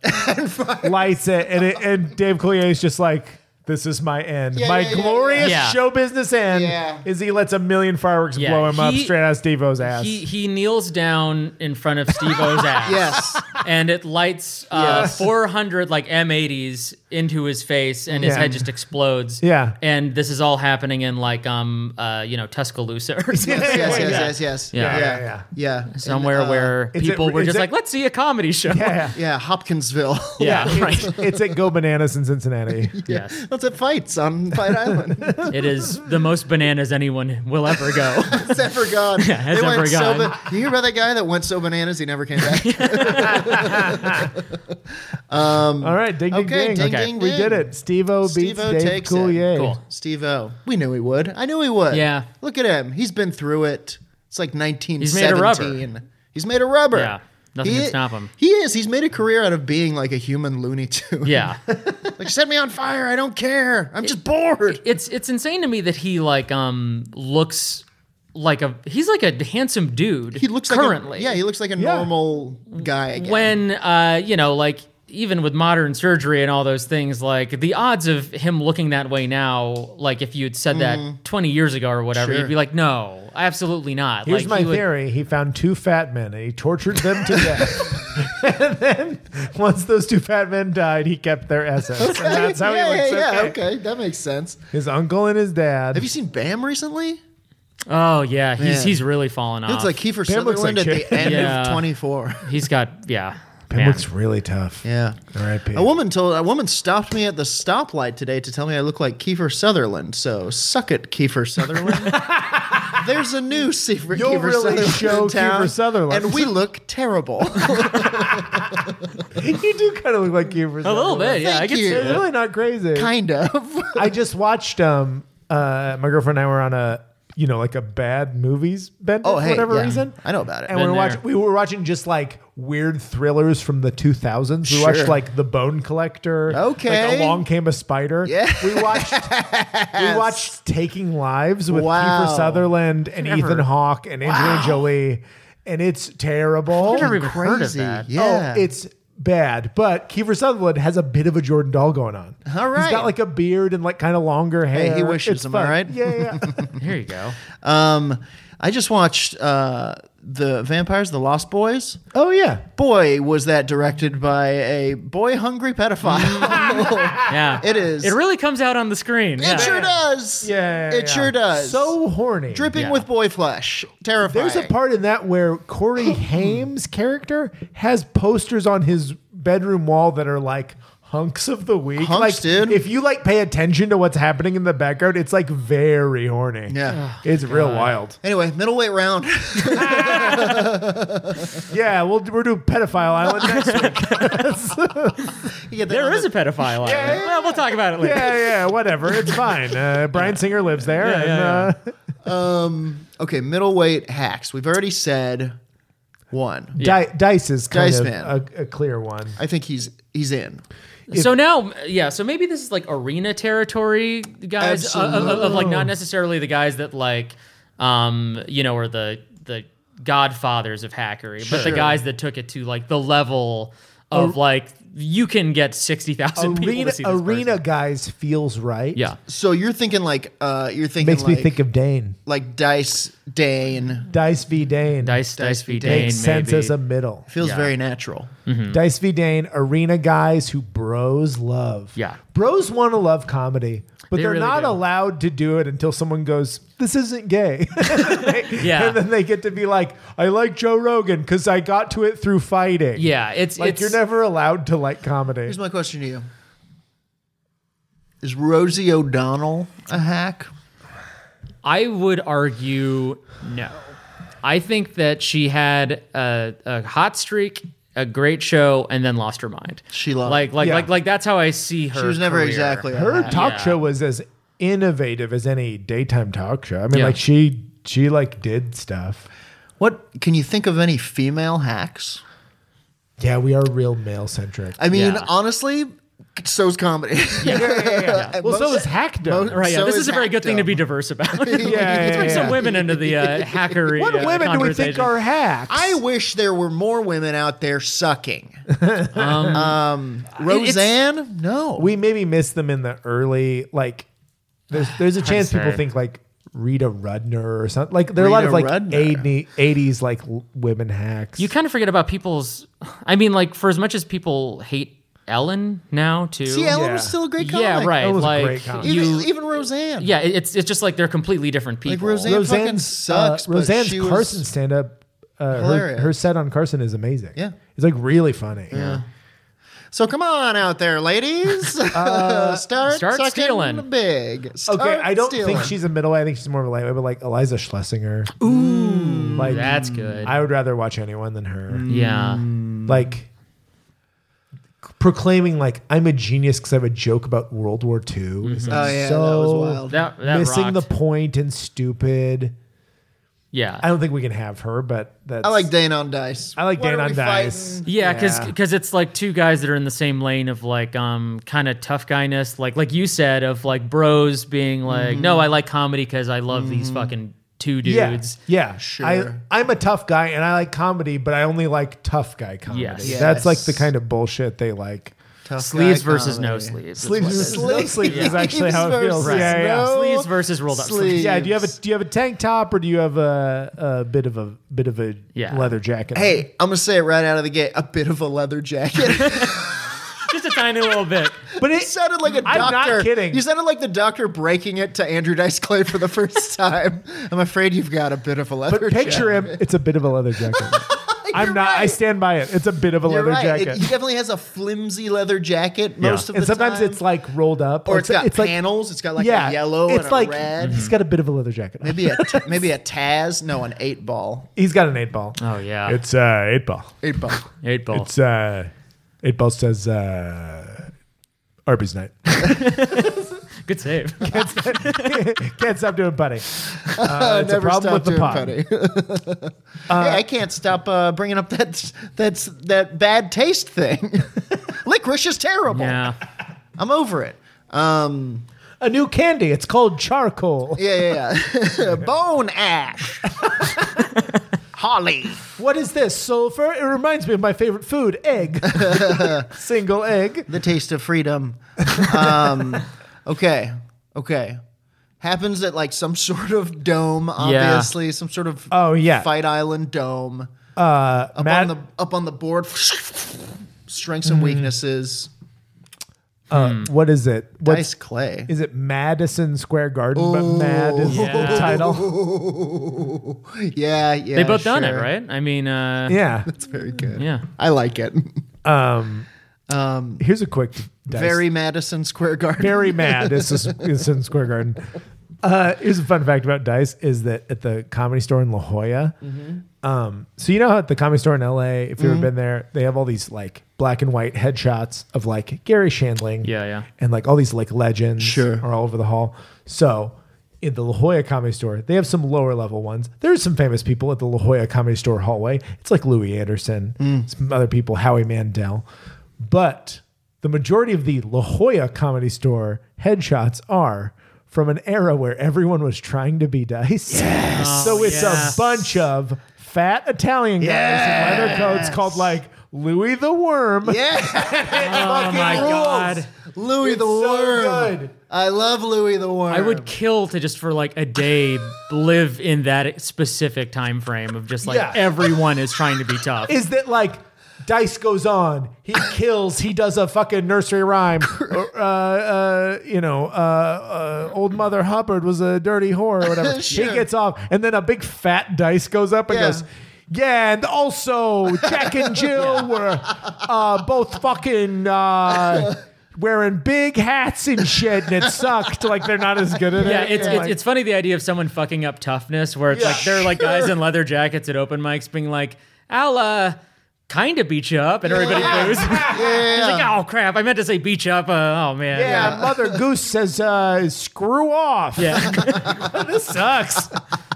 lights it, and it, and Dave Coulier is just like, "This is my end, Yeah, my yeah, yeah, glorious yeah. show business end." Yeah. Is he lets a million fireworks Yeah, blow him up he- straight out of Steve O's ass? He he kneels down in front of Steve *laughs* O's ass. yes, And it lights uh, Yes. 400 like M80s into his face, and his Yeah. head just explodes. Yeah. And this is all happening in like um uh you know Tuscaloosa or *laughs* something. yes, yes, yes, yes, yes. Yeah. Yeah, yeah, yeah. And, somewhere uh, where it's people at- were it's just at- like, let's see a comedy show. yeah, yeah, Hopkinsville. *laughs* Yeah, right. *laughs* It's- it's at Go Bananas in Cincinnati. *laughs* Yes, That's at fights on Fight Island. it is the most bananas anyone will ever go. *laughs* Except for God. *laughs* has They went ever so gone. ba- you hear about that guy that went so bananas he never came *laughs* back? All right, ding, ding, Okay, ding. ding, Okay. ding, We ding. did it. Steve O beats Steve-O Dave takes it. Coulier. Cool. Steve O. We knew he would. I knew he would. Yeah. Look at him. He's been through it. It's like 1917. made a rubber. He's made a rubber. Yeah. Nothing can stop him. He is. He's made a career out of being like a human Looney Tune. Yeah, *laughs* like, set me on fire. I don't care. I'm just bored. it's it's insane to me that he like um looks like a he's like a handsome dude. he looks currently. like a, yeah, he looks like a Yeah. normal guy again. when uh, you know like even with modern surgery and all those things like the odds of him looking that way now like if you'd said that 20 years ago or whatever Mm. Sure. you'd be like no absolutely not Here's like my he would- theory. He found two fat men and he tortured them to death. *laughs* and then once those two fat men died, he kept their essence. And that's how *laughs* yeah, he looks. yeah, okay. yeah, okay. That makes sense. His uncle and his dad. Have you seen Bam recently? oh yeah he's Man. he's really fallen off It's like Kiefer Bam looks Sutherland like at shit. the end Yeah. of *laughs* 24. he's got yeah Pim man. looks really tough. Yeah. Oh. R.I.P. A woman told a woman stopped me at the stoplight today to tell me I look like Kiefer Sutherland. So suck it, Kiefer Sutherland. There's a new Kiefer, You'll Kiefer really Sutherland show in town, Kiefer Sutherland. and we look terrible. *laughs* you do kind of look like Kiefer. a little bit yeah Thank I can you. see It's it. really not crazy. kind of. I just watched um uh my girlfriend and I were on a you know, like a bad movies bent Oh, for hey, whatever yeah. reason. I know about it. And we Been were, there. watching, we were watching just like weird thrillers from the 2000s. We Sure. watched like The Bone Collector. Okay. Like Along Came a Spider. Yeah. We watched we watched Taking Lives with Wow. Kiefer Sutherland and Never- Ethan Hawke and Angelina Jolie. And it's terrible. I've never even heard of Crazy. that. Yeah. Oh, it's bad. But Kiefer Sutherland has a bit of a Jordan Doll going on. All He's right. got like a beard and like kind of longer hair. he wishes, It's am I fun. right? Yeah, *laughs* yeah, yeah. Here you go. Um, I just watched uh, the Vampires, the Lost Boys. oh, yeah. Boy, was that directed by a boy hungry pedophile. Ah, Yeah, *laughs* It is. It really comes out on the screen. it yeah. sure does. Yeah, yeah, it yeah. sure does. So horny. dripping Yeah. with boy flesh, terrifying. There's a part in that *laughs* where Corey Haim's character has posters on his bedroom wall that are like hunks of the week. Hunks, like, dude. If you like pay attention to what's happening in the background, it's like very horny. Yeah. Oh, It's real wild. Anyway, middleweight round. *laughs* Yeah, we'll, we're doing *laughs* Pedophile Island next week. You get that There on is the- a pedophile. yeah, yeah, Well, we'll talk about it later. *laughs* yeah, yeah, whatever. It's fine. Uh, Brian Singer lives there. Yeah, and, yeah, Uh, okay middleweight hacks. We've already said one. Di- Dice is kind Dice of Man. A, a clear one. I think he's he's in. uh, So now, yeah. So maybe this is like arena territory, guys. Of, of, of, like not necessarily the guys that like, um, you know, are the the godfathers of hackery, but the guys that took it to like the level of like you can get sixty thousand people Arena, to see this arena person. guys feels right. Yeah. So you're thinking like uh you're thinking Makes like, me think of Dane. like Dice Dane. Dice v. Dane. Dice, dice, v Dane, makes maybe. sense Mm-hmm. as a middle. Feels very natural. Hmm. Dice v. Dane, arena guys who bros love. Yeah. Bros want to love comedy, They but they are really not do. allowed to do it until someone goes, This isn't gay. *laughs* Yeah. And then they get to be like, I like Joe Rogan because I got to it through fighting. yeah, it's Like it's you're never allowed to like comedy. Here's my question to you. Is Rosie O'Donnell a hack? I would argue no. I think that she had a, a hot streak, a great show, and then lost her mind. She lost- like like Yeah. like like that's how I see her. She was never career. exactly a Her hack. talk Yeah. show was as innovative as any daytime talk show. I mean, Yeah. like she she like did stuff. What can you think of any female hacks? Yeah, we are real male centric. I mean, Yeah. honestly, so's comedy. Yeah, *laughs* Well, so is hackdom. most- Right. Yeah. So um, this is is a very good thing to hackdom. be *laughs* diverse about. *laughs* yeah, yeah, Let's bring yeah. some women into the uh, hackery. What uh, women do we think conversation. are hacks? I wish there were more women out there *laughs* sucking. um, Roseanne? No. we maybe miss them in the early like *sighs* there's there's a chance people say. think like Rita Rudner or something like there are a lot Rita of like Rudner. 80, 80s like l- women hacks. You kind of forget about people's. I mean, like for as much as people hate Ellen now too. See, Ellen Yeah. was still a great comic. yeah. Right. Ellen's a like great comic. Even, you. even Roseanne. Yeah. it- It's it's just like they're completely different people. Like Roseanne fucking Roseanne's sucks. uh, but Roseanne's she was- Carson stand up uh, her, Hilarious. her set on Carson is amazing. Yeah. It's like really funny. Yeah. So come on out there, *laughs* ladies. *laughs* start Uh, Start sucking stealing. big. Start Okay, I don't stealing. think she's a middle. I think she's more of a lightweight, but like Eliza Schlesinger. Ooh, like That's good. I would rather watch anyone than her. yeah. like proclaiming like I'm a genius because I have a joke about World War II. It's, like, Oh yeah, so that was wild. That that missing rocked. the point and stupid. Yeah. I don't think we can have her, but that's I like Dane on Dice. I like What Dane are on we Dice. fighting? yeah, because Yeah. it's like two guys that are in the same lane of like um kind of tough guyness, like like you said of like bros being like, no, I like comedy because I love these fucking two yeah, dudes. yeah. Sure. I, I'm a tough guy and I like comedy, but I only like tough guy comedy. Yes. Yes. That's like the kind of bullshit they like. Tough Sleeves guy versus no comedy. sleeves. is Sleeves, what it is. sleeves, *laughs* sleeves *laughs* is actually how it Sleeves feels. versus Yeah, yeah. no Sleeves versus rolled up sleeves. Yeah, do you have a do you have a tank top or do you have a, a bit of a bit of a Yeah. leather jacket? on? Hey, I'm gonna say it right out of the gate. A bit of a leather jacket. *laughs* Just a tiny little *laughs* bit. but it sounded like a doctor. I'm not kidding. You sounded like the doctor breaking it to Andrew Dice Clay for the *laughs* first time. I'm afraid you've got a bit of a leather. But picture jacket. him. It's a bit of a *laughs* leather jacket. I'm not. I stand by it. It's a bit of a You're leather right. It- jacket. he definitely has a flimsy leather jacket most of the and sometimes time. it's like rolled up, or it's got it's panels. it's got like Like, yeah, a yellow It's and like a red. he's got a bit of a leather jacket. on. Maybe a t- maybe a Taz. No, an eight ball. He's got an eight ball. Oh yeah, It's uh eight ball. Eight ball. eight ball. It's uh eight ball says uh *laughs* Arby's night. Good *laughs* save. *laughs* Can't stop doing putting. Uh, it's a problem with the pot. *laughs* Petty. hey, I can't stop uh, bringing up that that's that bad taste thing. *laughs* Licorice is terrible. Yeah. I'm over it. A new candy. It's called charcoal. Yeah, yeah, yeah. *laughs* Bone *laughs* ash. Holly. What is this? Sulfur? It reminds me of my favorite food, *laughs* egg. Single egg. The taste of freedom. Um, *laughs* okay. Okay. Happens at like some sort of dome, obviously. Some sort of Oh, yeah. Fight Island dome. Uh, Up Matt, Mm-hmm. on the up on the board. *laughs* Strengths and weaknesses. uh, what is it? What's, Nice clay. Is it Madison Square Garden? But Mad is *laughs* the *laughs* Yeah. title. yeah, yeah. They both done it, sure. right? I mean, uh, Yeah. It's very good. yeah. I like it. *laughs* Um, here's a quick. Dice. Very Madison Square Garden. very mad. This is this is in Square Garden. Uh, here's a fun fact about Dice is that at the comedy store in La Jolla, um, so you know how at the comedy store in LA, if you've Mm-hmm. ever been there, they have all these like black and white headshots of like Gary Shandling. Yeah, yeah. And like all these like legends Sure. are all over the hall. So in the La Jolla Comedy Store, they have some lower level ones. There's some famous people at the La Jolla Comedy Store hallway. It's like Louis Anderson, Mm. some other people, Howie Mandel. But the majority of the La Jolla Comedy Store headshots are from an era where everyone was trying to be dice. Yes. so it's yes. a bunch of fat Italian guys in leather coats called like Louis the Worm. *laughs* Yeah. Oh my god. Louis the so Worm. good. I love Louis the Worm. I would kill to just for like a day live in that specific time frame of just like Yeah. everyone is trying to be tough. is that like Dice goes on, *laughs* he kills, he does a fucking nursery rhyme. Or, uh, uh, you know, uh, uh, old Mother Hubbard was a dirty whore *laughs* or whatever. Sure. He gets off, and then a big fat Dice goes up and Yeah. goes. Yeah, and also *laughs* Jack and Jill were uh, both *laughs* fucking uh, wearing big hats and shit, and it sucked. Like they're not as good at yeah, it. it's, Like- it's it's funny the idea of someone fucking up toughness where it's Yeah. like they're like guys in leather jackets at open mics being like, I'll uh kind of beat you up and everybody boos. He's like, oh crap, I meant to say beat you up. Uh, oh man. yeah, Mother Goose says, uh, "Screw off." *laughs* Yeah. *laughs* this sucks.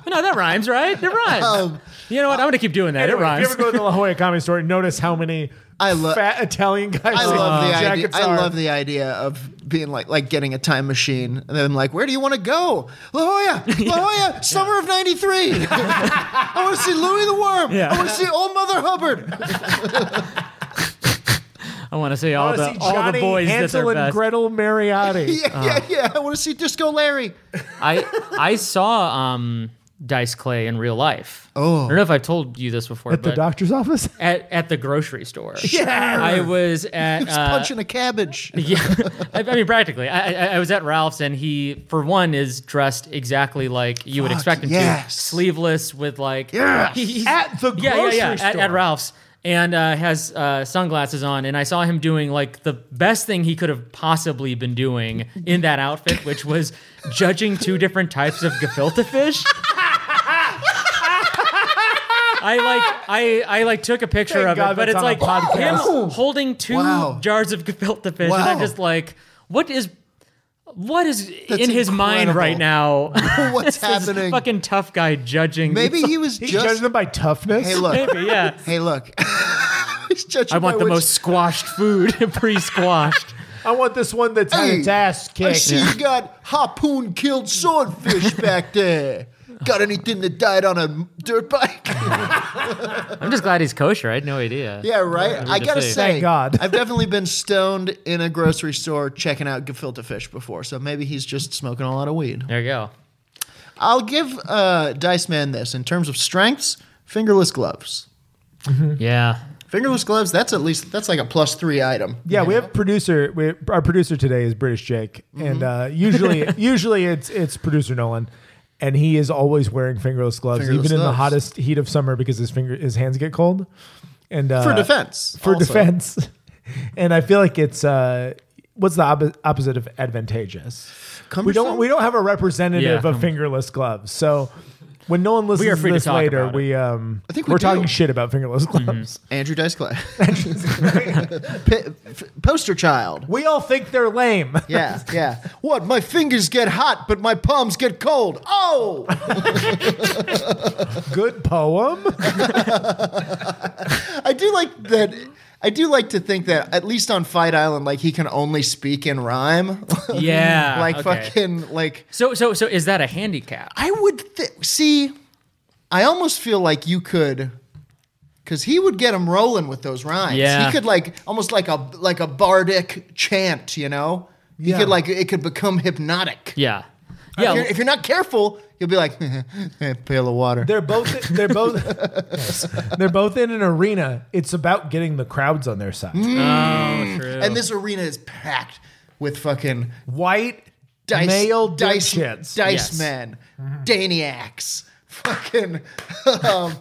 No, that rhymes, right? It rhymes. Um, you know what? I'm gonna keep doing that. Oh. Anyway, it rhymes. If you ever go to the La Jolla Comedy Store, notice how many I lo- fat Italian guys I love in the idea. jackets I are. love the idea of being like like getting a time machine and then like, where do you want to go? La Jolla, La *laughs* Jolla, summer of '93. *laughs* I want to see Louis the Worm. Yeah. I want to see Old Mother Hubbard. I want to say all I wanna the see all the Johnny boys that Hansel they're and best. Gretel Mariotti. *laughs* Yeah, Uh, yeah, yeah. I want to see Disco *laughs* Larry. I *laughs* I saw um, Dice Clay in real life. Oh, I don't know if I've told you this before, At the but doctor's office? at at the grocery store. I was *laughs* at. He's Uh, punching a cabbage. yeah, I, I mean practically. I, I, I was at Ralph's, and he, for one, is dressed exactly like you would Fuck, expect him to, yes. sleeveless with like Yes. he- *laughs* he's- At the yeah, yeah, yeah, grocery At, at store. Ralph's, and uh, has uh, sunglasses on. And I saw him doing like the best thing he could have possibly been doing in that outfit, which *laughs* was judging two different types of gefilte fish. I like I I like took a picture Thank of God it, but it's that's on a like him podcast. holding two Wow. jars of gefilte fish, and I'm Wow. just like, what is what is That's in his mind incredible. right now? *laughs* *laughs* What's This happening? fucking tough guy judging. Maybe these- he *laughs* was He just. judged them by *laughs* toughness. hey, look. Maybe, *laughs* yeah. Hey, look. *laughs* He's judging I want by the which- most squashed food, *laughs* pre-squashed. I want this one that's had Hey, its ass I kicked. see you got harpoon killed *laughs* swordfish back there. Got anything that died on a dirt bike? *laughs* I'm just glad he's kosher. I had no idea. yeah, right. I to gotta see. say, Thank God. I've definitely been stoned in a grocery store checking out gefilte fish before, so maybe he's just smoking a lot of weed. There you go. I'll give uh, Dice Man this in terms of strengths: fingerless gloves. Yeah. Fingerless gloves. That's at least that's like a plus three item. Yeah, we have producer. We, our producer today is British Jake, and Mm-hmm. *laughs* uh, usually, usually it's it's producer Nolan, and he is always wearing fingerless gloves, Fingerless even in the gloves. hottest heat of summer, because his finger his hands get cold. And uh, for defense. for also. defense. *laughs* And I feel like it's uh, what's the oppo- opposite of advantageous? We Cumbersome? don't we don't have a representative Yeah. of fingerless gloves, so When no one listens are free to to this talk later, about it. Mm-hmm. we um I think are we do. talking shit about fingerless gloves. Andrew Dice *laughs* Clay, P- f- poster child. We all think they're lame. *laughs* Yeah, yeah. What? My fingers get hot, but my palms get cold. Oh, Good poem. I do like that. I do like to think that at least on Fight Island, like he can only speak in rhyme. *laughs* Yeah, like okay. fucking like So so so is that a handicap? I would th- see. I almost feel like you could, because he would get him rolling with those rhymes. Yeah. he could like almost like a like a bardic chant. You know, he Yeah. could like it could become hypnotic. Yeah, If, yeah. you're, if you're not careful, you'll be like *laughs* eh, pail of water. They're both they're *laughs* both Yes. they're both in an arena. It's about getting the crowds on their side. oh, true. *laughs* and this arena is packed with fucking White dice, male dice, dipshits. dice Yes. Mm-hmm. men, daniacs, fucking *laughs* um,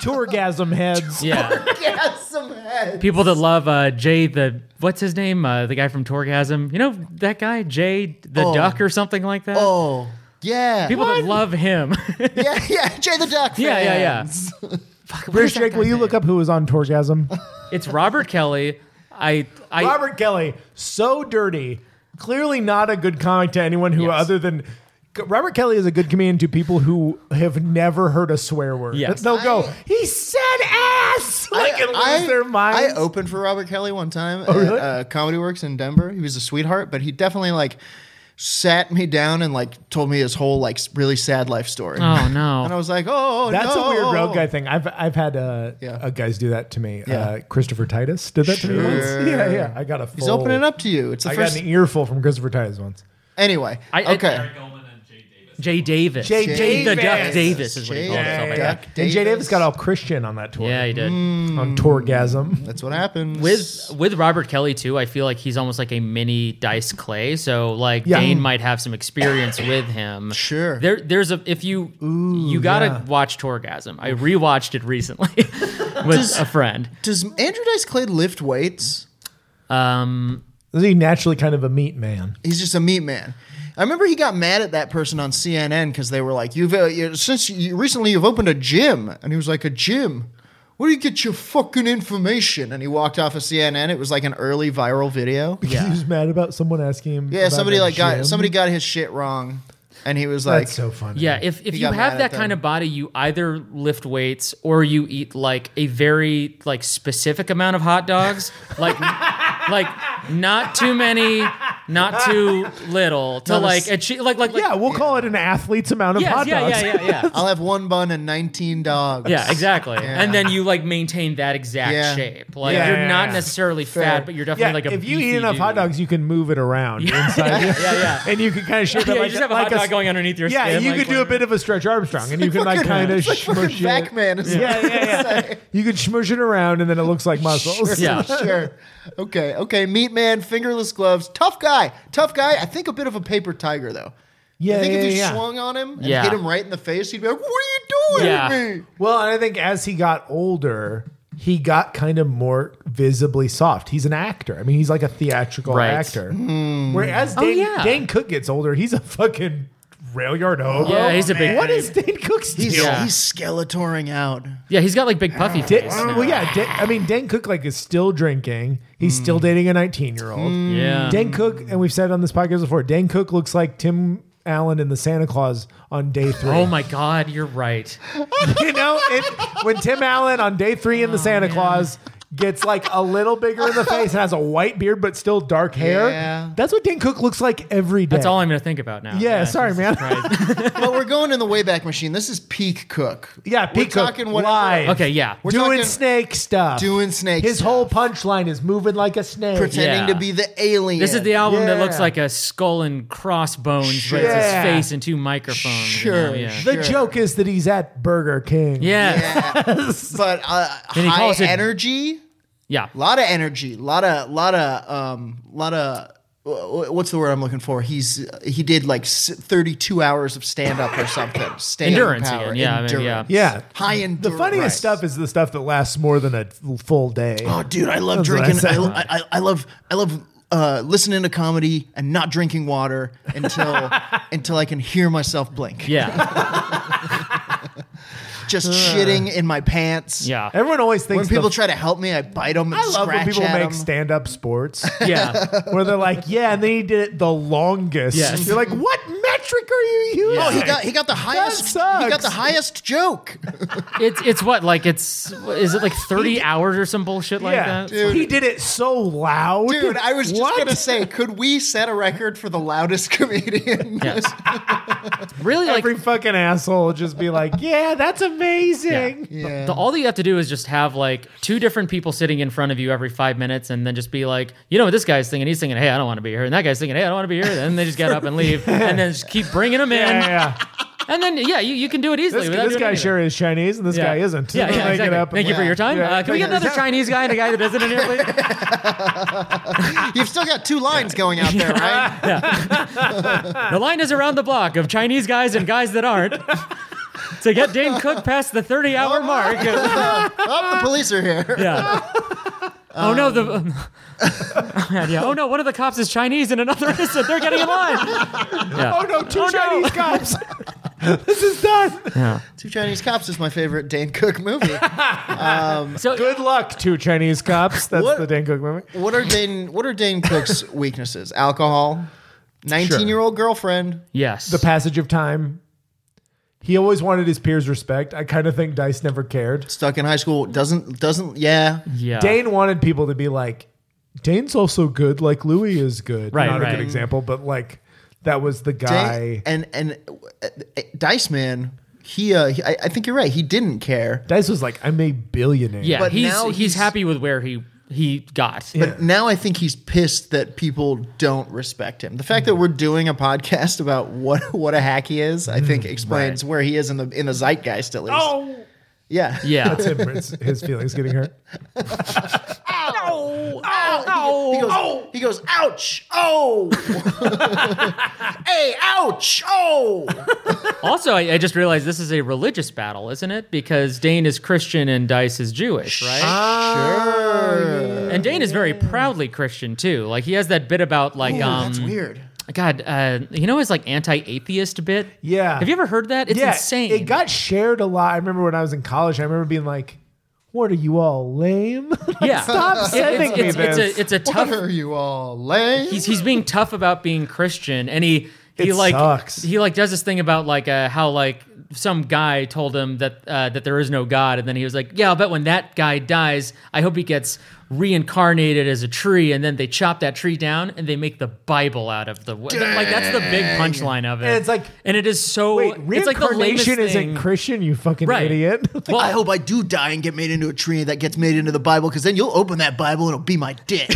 tourgasm heads. yeah. gasm heads. People that love uh, Jay the what's his name? Uh, the guy from Torgasm. You know that guy Jay the Oh. Duck or something like that. Oh yeah, People that love him. *laughs* yeah, *laughs* yeah. Jay the Duck. yeah, yeah, yeah. fans. Fuck, what British is that Jake, will guy's you name? look up who was on tourgasm? It's Robert Kelly. I I *laughs* Robert Kelly, so dirty. Clearly not a good comic to anyone who Yes. other than Robert Kelly is a good comedian to people who have never heard a swear word. Yes. They'll go, I- he said ass! *laughs* Like and lose their minds. Oh, I opened for Robert Kelly one time at really? uh, Comedy Works in Denver. He was a sweetheart, but he definitely like sat me down and like told me his whole like s- really sad life story. Oh And I no. was like, oh, That's no. a weird road guy thing. I've I've had uh, Yeah. uh, guys do that to me. Yeah. Uh, Christopher Titus did that to me once. Sure. Yeah, yeah. I got a. Full, He's opening up to you. It's the I got first. an e- earful from Christopher Titus once. Anyway, I- I- okay. Jay Davis. Jay the Duck Davis. Davis is what he Jay called himself. I Duck think. And Jay Davis got all Christian on that tour. Yeah, he did. Mm. Hmm. on Tourgasm. That's what happens. With with Robert Kelly too, I feel like he's almost like a mini Dice Clay. So like Yeah. Dane might have some experience with him. Sure. There there's a if you you gotta watch Torgasm. I rewatched it recently *laughs* with a friend. does Andrew Dice Clay lift weights? Um Is he naturally kind of a meat man? *laughs* He's just a meat man. I remember he got mad at that person on CNN because they were like, "You've uh, you, since you, recently you've opened a gym," and he was like, "A gym? Where do you get your fucking information?" And he walked off of CNN. It was like an early viral video. He was mad about someone asking him. Yeah, about somebody the like gym. got somebody got his shit wrong, and he was like, That's so funny. yeah, if, if He you got have mad at that kind them. of body, you either lift weights or you eat like a very like specific amount of hot dogs. *laughs* like like not too many, not too little to Not a like s- achieve like like, like yeah, we'll call it an athlete's amount of Yes, hot yeah, dogs. yeah, yeah, yeah. "I'll have one bun and nineteen dogs." *laughs* Yeah, exactly. And then you like maintain that exact Yeah. shape. Like Yeah, you're yeah, not yeah. necessarily fat, but you're definitely Yeah, like a if you eat beefy enough hot dude. dogs, you can move it around inside. you. *laughs* Yeah, yeah. *laughs* and you can kind of shape it Yeah, you like just have a like hot dog s- going underneath your yeah, skin, you like, could do a whatever. bit of a stretch Armstrong, and you can like kind of It's like smush fucking it. Pac-Man. is Yeah, what *laughs* yeah, yeah. you can smush it around, and then it looks like muscles. Yeah. sure. Okay. Okay. Meat man, fingerless gloves, tough guy, tough guy. I think a bit of a paper tiger though. yeah, I think yeah, if you yeah. swung on him and Yeah. hit him right in the face, he'd be like, "What are you doing Yeah. to me?" Well, and I think as he got older, he got kind of more visibly soft. He's an actor. I mean, he's like a theatrical Right. Oh, actor. Hmm. Whereas Dane, yeah. Dane Cook gets older, he's a fucking rail yard hobo. Yeah, he's a big What dude. is Dane Cook's Oh, He's deal? Yeah. he's skeletoring *laughs* out. Yeah, he's got like big puffy Da- face. now. well, yeah. Da- I mean, Dane Cook like is still drinking. He's still Hmm. dating a 19 year old. Yeah. *laughs* Dan Cook, and we've said on this podcast before, Dan Cook looks like Tim Allen in the Santa Claus on day three. Oh my god, you're right. *laughs* you know, it, when Tim Allen on day three in Oh, the Santa Claus gets like a little *laughs* bigger in the face and has a white beard but still dark hair, Yeah. that's what Dan Cook looks like every day. That's all I'm gonna think about now. Yeah, sorry, Jesus man. *laughs* Christ. but we're going in the wayback machine. This is peak cook. Yeah, we're Pete Cook, talking whatever- live. okay, yeah. We're doing talking snake stuff. doing snake His stuff. whole punchline is moving like a snake. pretending to Yeah. be the alien. This is the album that Yeah. looks like a skull and crossbones, but it's his Yeah. face and two microphones. you know, Sure, yeah. sure. the joke is that he's at Burger King. Yeah. *laughs* but uh, And he high calls it- energy. Yeah. lot of energy, lot of lot of um, lot of what's the word I'm looking for? He's he did like s- 32 hours of stand up or something. Stand Endurance power, again, yeah, I mean, endurance. Yeah. high The endurance. funniest stuff is the stuff that lasts more than a full day. Oh, dude, I love That's what I drinking. I, said. lo- I, I, I love I love uh, listening to comedy and not *laughs* drinking water until until I can hear myself blink. Yeah. just shitting in my pants. Yeah. Everyone always thinks When people the, try to help me, I bite them and I love when scratch people at make 'em. *laughs* stand-up sports Yeah. where they're like, "Yeah," and then he did it the longest. Yes. You're like, "What metric are you using?" Yeah. Oh, he got he got the highest. He got sucks. the highest *laughs* joke. It's it's what like it's is it like thirty hours or some bullshit like yeah, that? he did it so loud, Dude, I was just What? gonna say, could we set a record for the loudest *laughs* comedian? Yes. really, like *laughs* Every fucking asshole will just be like, "Yeah, that's amazing." Yeah. the, all that you have to do is just have like two different people sitting in front of you every five minutes, and then just be like, you know, what this guy's thinking, he's thinking, hey, I don't want to be here, and that guy's thinking, hey, I don't want to be here, and they just get up and *laughs* leave, and then just keep bringing them in, Yeah, yeah, *laughs* yeah. and then yeah, you, you can do it easily. This, without this doing guy anything. sure is Chinese, and this Yeah. guy isn't. Yeah, *laughs* Make yeah, it exactly. up and Thank you for laugh. your time. Yeah. Uh, can we get another Chinese guy and a guy that isn't in here, please? *laughs* You've still got two lines going out there, right? *laughs* The line is around the block of Chinese guys and guys that aren't *laughs* to get Dane Cook past the 30 hour mark. *laughs* Oh, the police are here. *laughs* Yeah. Oh no, the. Um, *laughs* Oh, man, yeah. Oh no, one of the cops is Chinese and another isn't. They're getting in *laughs* line. Yeah. Oh no, two Oh, no. *laughs* Chinese cops. this is done. Two Chinese Cops is my favorite Dane Cook movie. So Good luck, two Chinese cops. That's What- the Dan Cook movie. What are Dane? What are Dane Cook's weaknesses? Alcohol, nineteen-year-old girlfriend. yes, The passage of time. He always wanted his peers' respect. I kind of think Dice never cared. stuck in high school doesn't doesn't yeah yeah. Dane wanted people to be like, Dane's also good, like Louis is good. Right, Not a right. good example, but like that was the guy. Dang- and and uh, uh, dice man he uh he, I, I think you're right he didn't care Dice was like, I'm a billionaire. yeah, but he's, now he's he's- happy with where he he got. but now i think he's pissed that people don't respect him the fact that we're doing a podcast about what what a hack he is i think explains where he is in the in the zeitgeist at least Oh, yeah Yeah. *laughs* that's him. It's his feelings getting hurt. Oh, he goes he goes ouch *laughs* oh hey ouch oh also, I, I just realized this is a religious battle, isn't it? Because Dane is Christian and Dice is Jewish, right? And Dane is very proudly Christian too. Like he has that bit about like um that's weird God, uh, you know his like anti-atheist bit. Yeah. Have you ever heard that? It's yeah, insane. It got shared a lot. I remember when I was in college, I remember being like, what are you all lame? *laughs* Like, yeah. Stop It- it's, sending me it's, it's this. a it's a tough. What are you all lame? He's he's being tough about being Christian, and he he It like sucks. he like does this thing about like uh, how like some guy told him that uh, that there is no God, and then he was like, yeah, I'll bet when that guy dies, I hope he gets reincarnated as a tree, and then they chop that tree down and they make the Bible out of the like that's the big punchline of it. And it's like- and it is so Wait, it's like the lamest reincarnation isn't thing. Christian, you fucking Right. *laughs* idiot. Well, I hope I do die and get made into a tree that gets made into the Bible, because then you'll open that Bible and it'll be my dick.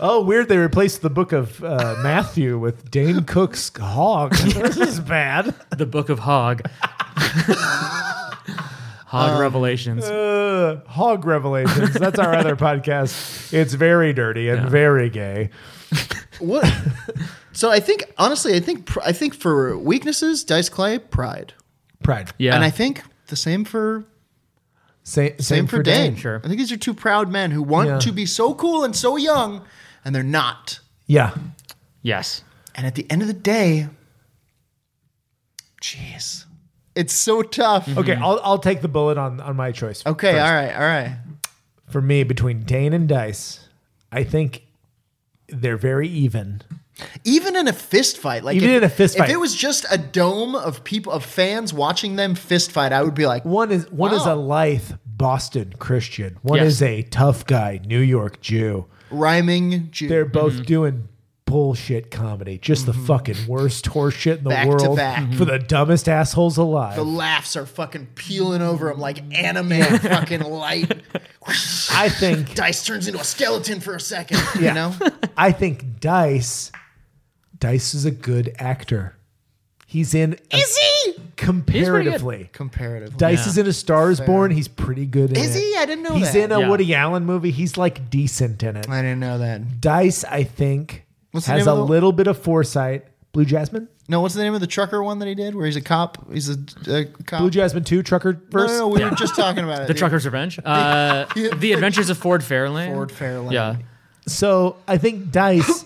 oh, weird. They replaced the book of uh, Matthew with Dane Cook's hog. *laughs* this is bad. the Book *laughs* of *laughs* Hog. Um, Hog Revelations. Uh, hog Revelations. That's our other podcast. It's very dirty and very gay. what? So I think, honestly, I think, pr- I think for weaknesses, Dice Clay, pride, Pride. Yeah. and I think the same for Same, same, same, for, Dane. sure. I think these are two proud men who want Yeah. to be so cool and so young, and they're not. Yeah. yes. And at the end of the day, jeez, it's so tough. Okay, I'll, I'll take the bullet on, on my choice. Okay, all right, all right. For me, between Dane and Dice, I think they're very even. even in a fist fight, like Even if, in a fist if fight. it was just a dome of people of fans watching them fist fight, I would be like, One is one is Wow. a lithe Boston Christian. One Yes. is a tough guy New York Jew. rhyming Jew. They're both doing bullshit comedy, just the fucking worst horse shit in the Mm-hmm. Back to world back. for the dumbest assholes alive. the laughs are fucking peeling over them like anime *laughs* fucking light. *laughs* I think Dice turns into a skeleton for a second, you Yeah. know? *laughs* I think Dice Dice is a good actor. He's in a- Is he? comparatively. Comparatively. Dice is in a Star is Born. He's pretty good in Is it. he? I didn't know He's that. in a Yeah. Woody Allen movie. He's like decent in it. I didn't know that. Dice, I think, What's the has name a of the- little bit of foresight. Blue Jasmine? No, what's the name of the trucker one that he did where he's a cop? He's a, a cop. Blue Jasmine 2, Trucker Oh. no, verse? no, no, we were just talking about it. The Trucker's Revenge. Uh, the Adventures of Ford Fairlane. Ford Fairlane. Yeah. So *clears throat* Mm. I think Dice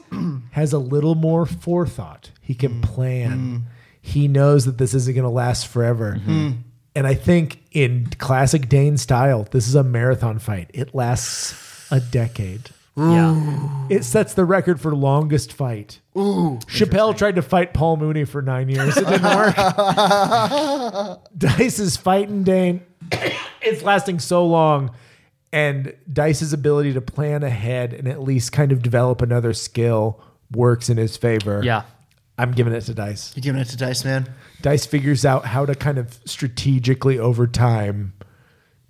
has a little more forethought. He can plan. he knows that this isn't going to last forever. Mm. And I think in classic Dane style, this is a marathon fight. It lasts a decade. Yeah. It sets the record for longest fight. Ooh. Chappelle tried to fight Paul Mooney for nine years. It didn't work. Dice is fighting Dane. it's lasting so long. And Dice's ability to plan ahead and at least kind of develop another skill works in his favor. Yeah. I'm giving it to Dice. You giving it to Dice Man? Dice figures out how to kind of strategically over time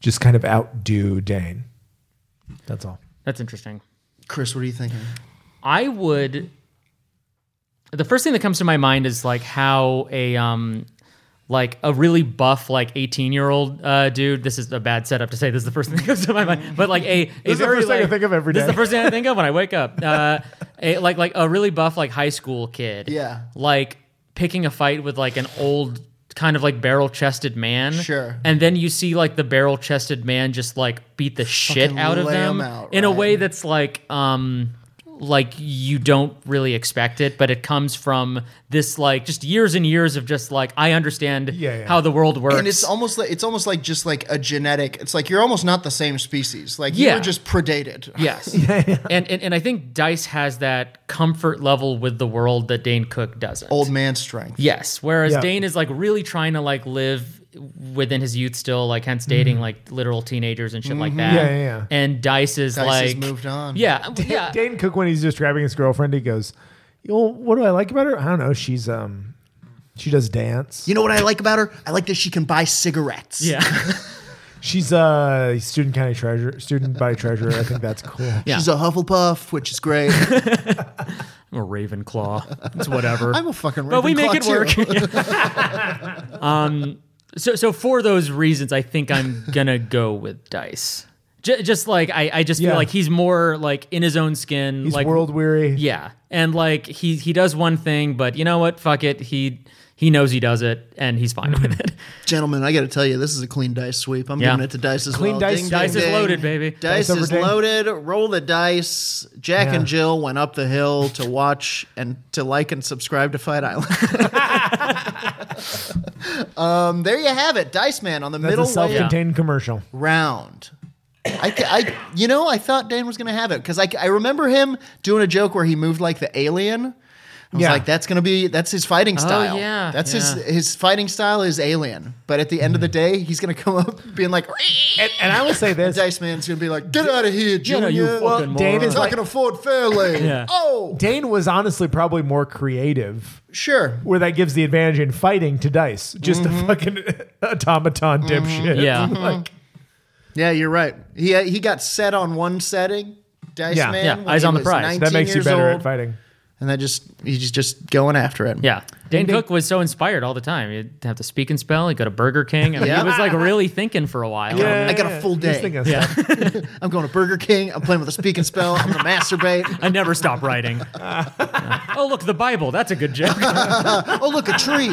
just kind of outdo Dane. That's all. That's interesting. Chris, what are you thinking? I would. The first thing that comes to my mind is like how a um, like a really buff like eighteen year old uh, dude. This is a bad setup to say. This is the first thing that comes to my mind. But like a, a is the very, first thing I like- think of every This is day. the first thing I think of when I wake *laughs* up. Uh, a, like like a really buff like high school kid. Yeah. Like picking a fight with like an old kind of like barrel chested man. Sure. And then you see like the barrel chested man just like beat the shit Fucking out of lay them 'em out, in a right? way way that's like um like you don't really expect it but it comes from this like just years and years of just like i understand Yeah, yeah. how the world works And it's almost like it's almost like just like a genetic. It's like you're almost not the same species. Like Yeah. you're just predated. *laughs* yes And, and and i think dice has that comfort level with the world that dane cook *laughs* doesn't Old man strength. yes whereas Yeah. dane is like really trying to like live within his youth still like hence dating like literal teenagers and shit like that Mm-hmm. Yeah, yeah, yeah. and dice is Dice has like moved on. yeah *laughs* yeah Dane Cook, when he's describing his girlfriend, he goes, well, what do I like about her? I don't know. She's um she does dance. You know what I like about her? I like that she can buy cigarettes. yeah *laughs* She's a student county treasurer, student body treasurer. I think that's cool. *laughs* Yeah. She's a Hufflepuff, which is *laughs* great. i'm a ravenclaw it's whatever I'm a fucking. but we make it Ravenclaw, work. too. *laughs* So, so for those reasons, I think I'm gonna go with Dice. J- just like I, I just Yeah. feel like he's more like in his own skin. He's like world weary. yeah, and like he he does one thing, but you know what? Fuck it. He he knows he does it, and he's fine with it. Gentlemen, I got to tell you, this is a clean dice sweep. I'm Yeah. giving it to dice as Clean well. dice- Dice is loaded, baby. Dice, Dice over is ding. loaded. Roll the dice. Jack Yeah. and Jill went up the hill to watch and to like and subscribe to Fight Island. *laughs* um, there you have it, Dice Man on the That's middle a way self-contained commercial. round. I, ca- I, you know, I thought Dan was gonna have it because I, I remember him doing a joke where he moved like the alien. I was Yeah. like, that's gonna be that's his fighting style. Oh, yeah, that's yeah. Mm-hmm. his his fighting style is alien. But at the end of the day, he's gonna come up being *laughs* like, And, and I *laughs* will say this: Dice Man's gonna be like, get out of here, Junior. *laughs* you well, Fucking Dane moron. is I like, can afford Fairlane. *laughs* Yeah. Oh, Dane was honestly probably more creative, sure. where that gives the advantage in fighting to Dice, just Mm-hmm. a fucking *laughs* automaton dipshit. Yeah. *laughs* like, Yeah, you're right. He uh, he got set on one setting. Dice Yeah. Man. Yeah, when eyes he on the was prize. That 19 that makes you years better old, at fighting. And that just he's just going after it. Yeah, Dane Cook was so inspired all the time. He'd have to speak and spell. He'd go to Burger King. I mean, Yeah. He was like really thinking for a while. I got a full day. Just think of Yeah. stuff. I'm going to Burger King. I'm playing with a speak and spell. I'm gonna masturbate. I never *laughs* stop writing. Yeah. Oh, look, the Bible. That's a good joke. *laughs* Oh, look, a tree.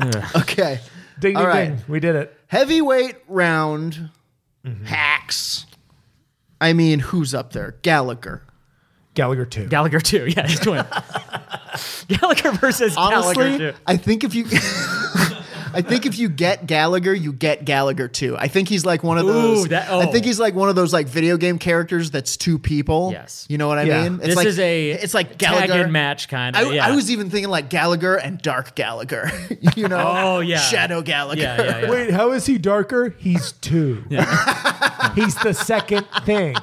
Um, okay. Ding, All ding, right. ding. We did it. Heavyweight round Mm-hmm. hacks. I mean, who's up there? Gallagher. Gallagher two. Gallagher too. Yeah, he's doing. Gallagher versus Honestly, Gallagher too. I think if you. *laughs* I think if you get Gallagher, you get Gallagher too. I think he's like one of those. Ooh, that- I think oh. he's like one of those like video game characters that's two people. Yes. you know what I Yeah. mean. It's this like, is a It's like tag Gallagher and match kind I, of. yeah. I was even thinking like Gallagher and Dark Gallagher, *laughs* you know? Oh, yeah. Shadow Gallagher. Yeah, yeah, yeah. Wait, how is he darker? He's *laughs* two. *laughs* He's the second thing.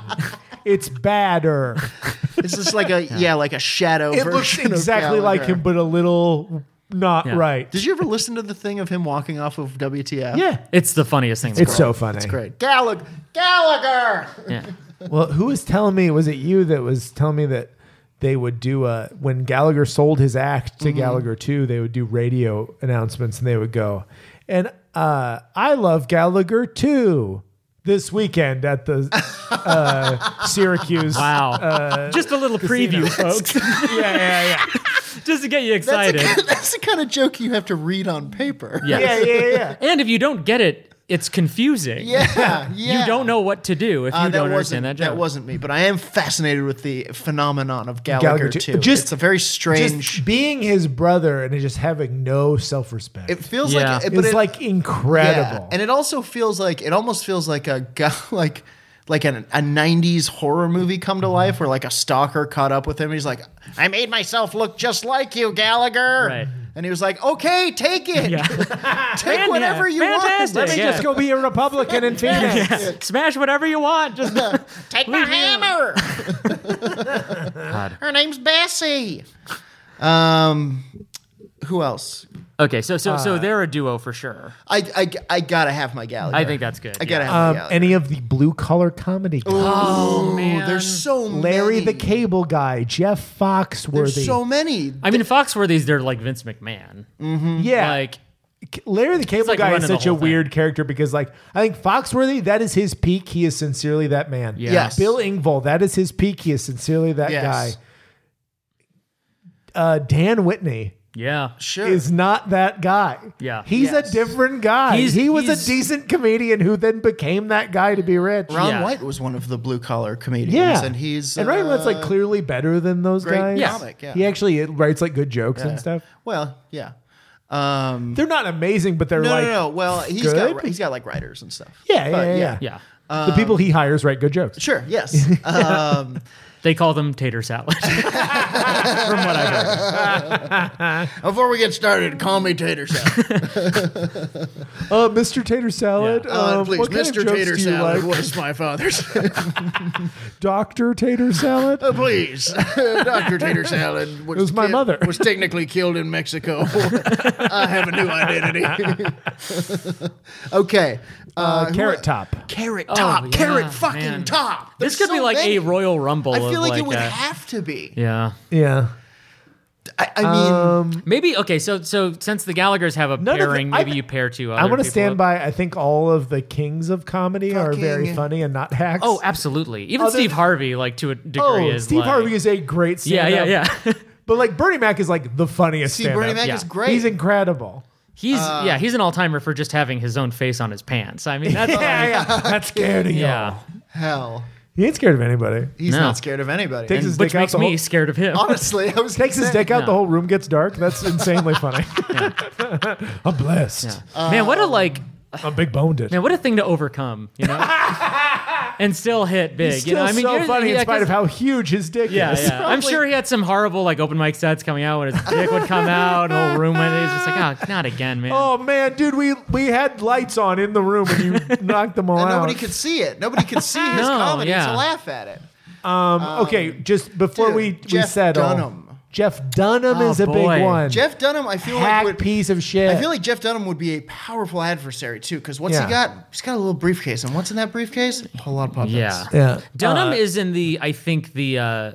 It's badder. *laughs* It's just like a yeah, like a shadow. It version looks of exactly like Gallagher. him, but a little not Yeah. right. Did you ever listen to the thing of him walking off of WTF? Yeah. It's the funniest thing. in the It's so world. funny. It's great. Gallag- Gallagher. Yeah. Well, who was telling me? Was it you that was telling me that they would do a when Gallagher sold his act to Gallagher too? They would do radio announcements and they would go, and uh, I love Gallagher too. This weekend at the *laughs* uh, Syracuse. Wow. Uh, Just a little preview, folks, *laughs* *laughs* Yeah, yeah, yeah. just to get you *laughs* That's, excited. a, that's the kind of joke you have to read on paper. Yes. yeah, yeah, yeah. And if you don't get it, it's confusing. Yeah, *laughs* yeah. You don't know what to do if you Uh, don't wasn't, understand that joke. that wasn't me, but I am fascinated with the phenomenon of Gallagher, Gallagher too. too. Just- it's a very Just strange. being his brother and just having no self respect. it feels Yeah. like, it- but it's it- like incredible. Yeah. And it also feels like it almost feels like a *laughs* go- like like an, a 90s horror movie come to life where like a stalker caught up with him. He's like, I made myself look just like you, Gallagher. Right. *laughs* And he was like, okay, take it. Yeah. *laughs* Take whatever you Fantastic. want. Let me Yeah. just go be a Republican in Phoenix. Smash whatever you *laughs* want. Just Take my hammer. *laughs* *laughs* Her name's Bessie. Um, who else? okay. So so Uh, so they're a duo for sure. I, I, I gotta have my Gallagher. I think that's good. I gotta have my Um, Gallagher. any of the blue collar comedy guys. Oh man. There's so um, Larry many. the Cable Guy, Jeff Foxworthy. There's so many. I mean, Foxworthy's they're like Vince McMahon. yeah, Like Larry the Cable like Guy running is the such a whole thing. weird character because, like, I think Foxworthy that is his peak. He is sincerely that man. Yeah. Yes. Bill Engvall that is his peak. He is sincerely that Yes. guy. Uh, Dan Whitney yeah. Sure. is not that guy. Yeah. he's Yes. a different guy. He's- he was he's- a decent comedian who then became that guy to be rich. Ron Yeah. White was one of the blue collar comedians, Yeah, and he's and Ryan uh, White's like clearly better than those great guys. comic, yeah. He actually writes like good jokes Yeah. and stuff. well, yeah. Um, They're not amazing, but they're no, like no, no. Well, he's good? got he's got like writers and stuff. Yeah, But, yeah, yeah, Yeah. the people he hires write good jokes. um, Sure. *laughs* Yes. um, They call them tater salad. From what I heard. before we get started, call me Tater Salad. Uh, Mr. Tater Salad. Yeah. Uh, um, please, what kind Mr. of jokes Tater do you Salad like? was my father's. Doctor Tater *laughs* Salad. Uh, please, *laughs* Doctor Tater Salad was, was my ki- mother. was technically killed in Mexico. *laughs* I have a new identity. okay. Uh, who Carrot el- Top. Carrot top. Oh, yeah, carrot fucking man. top. There's This could be so like many. a Royal Rumble. I feel of like, like it would a- have to be. Yeah. Yeah. I, I mean, Um, Maybe okay. So so since the Gallagher's have a None of the- pairing, I- maybe you pair two. Other I want to people stand up. by. I think all of the kings of comedy are very Fucking- funny and not hacks. Oh, absolutely. Even Other- Steve Harvey, like to a degree, oh is Steve like, Harvey is a great Yeah, stand yeah, *laughs* yeah. *laughs* But like Bernie Mac is like the funniest see, stand Bernie Mac yeah. is great. He's incredible. He's Uh, yeah, he's an all timer for just having his own face on his pants. I mean, that's *laughs* Yeah, like, yeah, *laughs* yeah. That's scared of you. Hell, He ain't scared of anybody. he's No. not scared of anybody. Takes And his which dick out makes the me whole- scared of him. honestly, I was *laughs* takes his saying- dick out, No. the whole room gets dark. *laughs* That's insanely funny. I'm blessed. man, Um, what a like, I'm big boned. man, what a thing to overcome, you *laughs* know, and still hit big. He's you know, still I mean, so you're- funny yeah, in spite of 'cause- how huge his dick Yeah, *laughs* is. yeah. I'm sure he had some horrible like open mic sets coming out when his dick would come out, and the *laughs* whole room went. He's just like, oh, not again, man. Oh man, dude, we we had lights on in the room *laughs* and you knocked them all And out. nobody could see it. Nobody could see his No, comedy yeah. to laugh at it. um, okay, just before dude, we Jeff we settle, Dunham. Jeff Dunham Oh, is a big boy. one. Jeff Dunham, I feel hack like would. piece of shit. I feel like Jeff Dunham would be a powerful adversary too, because what's Yeah. he got? He's got a little briefcase, and what's in that briefcase? A lot of puppets. yeah. yeah. Dunham Uh, is in the, I think the uh, uh,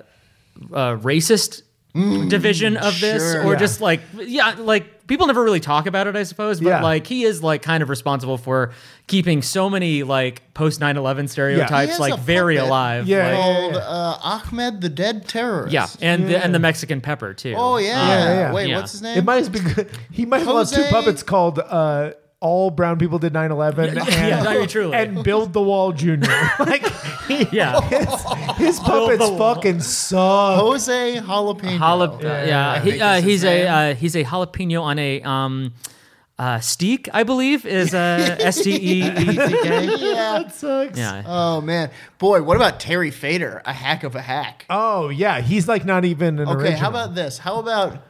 racist division of this, sure. or Mm, Yeah. just like, yeah, like people never really talk about it, I suppose. But Yeah. like, he is like kind of responsible for keeping so many like post 9/11 He stereotypes is a like very puppet. alive. Yeah, like- yeah, Called uh, Ahmed the Dead Terrorist. yeah, and the and the Mexican pepper too. Oh yeah. Yeah, yeah. Wait, Yeah. what's his name? it might as be he might have loved two Jose- puppets called uh, "All Brown People Did 9/11" yeah, and, very truly. and "Build the Wall Jr." *laughs* like he- Oh, yeah. his, his puppets the wall. fucking suck. Jose Jalapeno. Jalap- Yeah. yeah, I He, think uh, that's his he's a name. uh, he's a jalapeno on a um, uh, steak, I believe, *laughs* is uh, S T E E C K. yeah. That *laughs* sucks. Yeah, Oh man, boy, what about Terry Fader? A hack of a hack. Oh yeah, he's like not even an okay, original. how about this? How about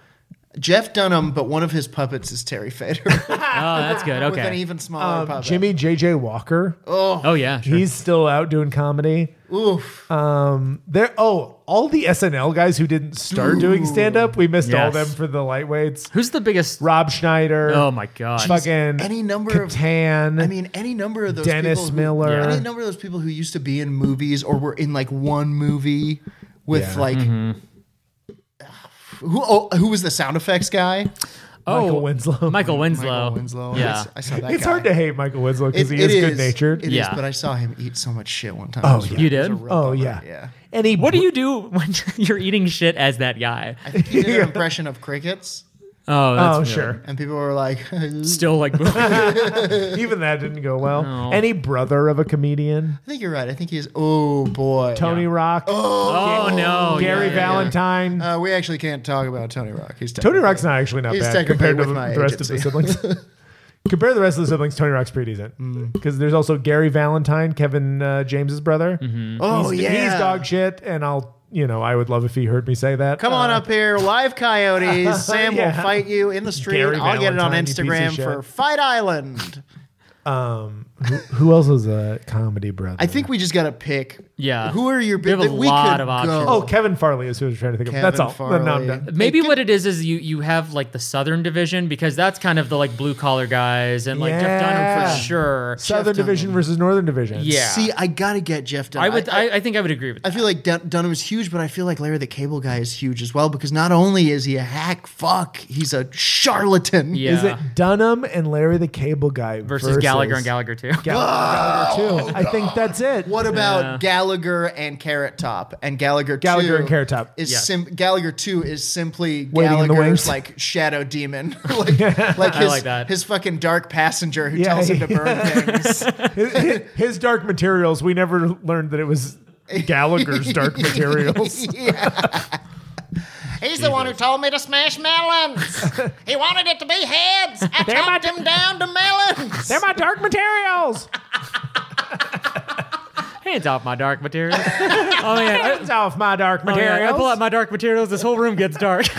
Jeff Dunham, but one of his puppets is Terry Fader Oh, that's *laughs* good. with an Okay. even smaller puppet. Um, Jimmy JJ Walker? Oh yeah. Sure. He's still out doing comedy. Oof. There. Oh, all the SNL guys who didn't start doing stand up, we missed all Yes. them for the lightweights. Who's the biggest? Rob Schneider. Oh my god. Fucking Any number of- Catan. *laughs* I mean, any number of those Dennis people who- Miller. any number of those people who used to be in movies or were in like one movie with Yeah. like. *sighs* Mm-hmm. Who, oh, who was the sound effects guy? Michael oh, Winslow. Michael Winslow. Michael Winslow. Yeah. I saw that *laughs* it's guy. hard to hate Michael Winslow because It- he it is good natured. It is, Yeah. but I saw him eat so much shit one time. It Oh was- yeah. You it was a did. real Oh bummer. yeah. Yeah. And *laughs* he. What do you do when you're eating shit as that guy? *laughs* I think he did an impression of crickets. Oh, that's oh, weird. sure. And people were like, *laughs* I Still like *laughs* I *laughs* Even that didn't go well. No. Any brother of a comedian? think you're right. I think he's, oh boy. Tony Rock? Oh, no, yeah, yeah, Gary yeah. Valentine? Uh, we actually can't talk about Tony Rock. He's Tony Rock's not actually not He's bad technically compared to the with my rest of the agency. *laughs* Mm. siblings. Compare the rest of the siblings, Tony Rock's pretty decent. Because there's also Gary Valentine, Kevin uh, James's brother. Oh, he's, yeah. he's dog shit, and I'll, you know, I would love if he heard me say that. Come on up here, live *laughs* coyotes. Sam Uh, Yeah. will fight you in the street. Gary I'll get it on Valentine, you piece of Instagram shit. for Fight Island. Um, who, who else is a comedy brother? I think we just got to pick. Yeah. Who are your We big have a that we lot could of options. go? Oh, Kevin Farley is who I was trying to think of. That's Kevin all. Then I'm Farley. done. Maybe what it is is you you have like the Southern Division because that's kind of the like blue collar guys and like Jeff Dunham Yeah. for sure. Southern Dunham. Division versus Northern Division. Yeah. See, I got to get Jeff I Dunham. would I, I, think I would agree with I that. feel like Dun- Dunham is huge, but I feel like Larry the Cable Guy is huge as well because not only is he a hack fuck, he's a charlatan. Yeah. Is it Dunham and Larry the Cable Guy versus, Gallagher and Gallagher too. Gallagher too? I think that's it. Oh, What about Gallagher and Carrot Top and Gallagher? Gallagher 2 and Carrot Top. is Yes. sim- Gallagher Two is simply Waiting in the wings. Gallagher's like shadow *laughs* demon, *laughs* like like his like that. his fucking dark passenger who Yeah, tells him to yeah. burn things. *laughs* his, his dark materials. We never learned that it was *laughs* *laughs* Gallagher's dark materials. He's the one who told me to smash melons. *laughs* he wanted it to be heads. I chopped him down to melons. They're my dark materials. *laughs* Hands off my dark materials. *laughs* oh man. I, Hands off my dark oh, man, I materials. pull out my dark materials. This whole room gets dark *laughs*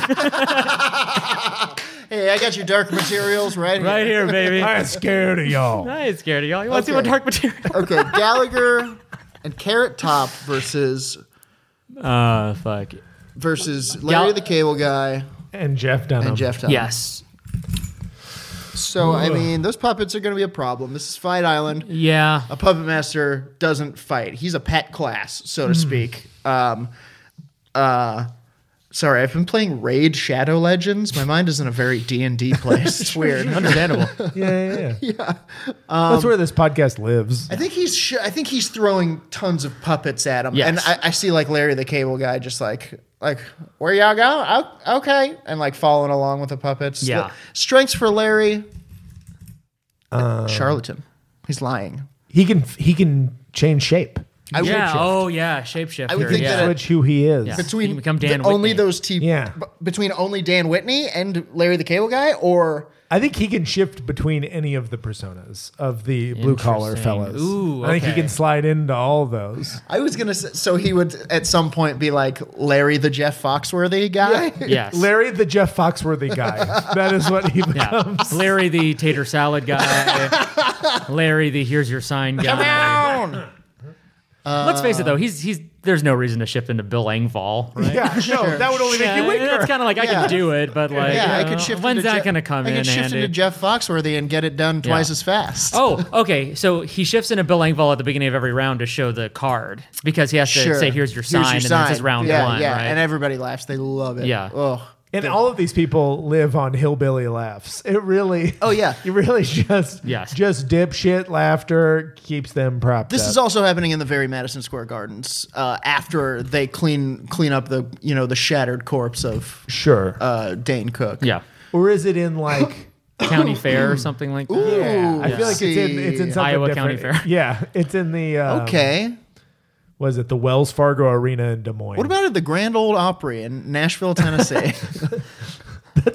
Hey, I got your dark materials right, right here, baby. I'm scared of y'all. I ain't scared of y'all. You want to see my Okay. dark material? Okay, Gallagher and Carrot Top versus *laughs* Uh, fuck. versus Larry Gal- the Cable Guy And Jeff Dunham. and Jeff Top. Yes. So I mean, those puppets are going to be a problem. This is Fight Island. Yeah. a puppet master doesn't fight. He's a pet class, so to speak. Um, uh, sorry, I've been playing Raid Shadow Legends. My mind is in a very D and D place. It's weird. Understandable. Yeah, *laughs* yeah, yeah. Um, That's where this podcast lives. I think he's sh- I think he's throwing tons of puppets at him, Yes. and I, I see like Larry the Cable Guy just like like where y'all go? O- okay, and like following along with the puppets. Yeah. strengths for Larry. Charlatan. He's lying. He can he can change shape, I yeah. Oh yeah. Shapeshifter. would think yeah. that switch who he is. Yeah. You between can become Dan the- only Whitney. those two. Yeah. b- between only Dan Whitney and Larry the Cable Guy, or I think he can shift between any of the personas of the blue collar Interesting. fellas. Ooh, I think he okay. can slide into all those. I was gonna. Say, so he would at some point be like Larry the Jeff Foxworthy guy. *laughs* Yes. Larry, the Jeff Foxworthy *laughs* guy. that is what he Yeah. becomes. Larry the tater salad guy. Larry the here's your sign guy. Down. Let's face it though, he's he's there's no reason to shift into Bill Engvall, right? Yeah, no, that would only make you Yeah, weaker. That's kind of like I Yeah. can do it, but like Yeah, I uh, could shift. When's into that Je- gonna come I in could shift handy? into Jeff Foxworthy and get it done twice Yeah. as fast. Oh, okay. So he shifts into Bill Engvall at the beginning of every round to show the card because he has to say, "Here's your sign," and then it says round yeah, one, Yeah, right? and everybody laughs. They love it. Yeah. Oh. And all of these people live on hillbilly laughs. It really. *laughs* Oh, *laughs* yeah. It really just Yes. just dipshit laughter keeps them propped. This up. is also happening in the very Madison Square Gardens uh, after they clean clean up the you know the shattered corpse of sure. uh, Dane Cook. yeah, or is it *gasps* in like? *coughs* county fair or something like that. Yeah, I feel like it's in it's in something Iowa County different. Fair. *laughs* Yeah, it's in the um, Okay. Was it the Wells Fargo Arena in Des Moines? What about at the Grand Old Opry in Nashville, Tennessee?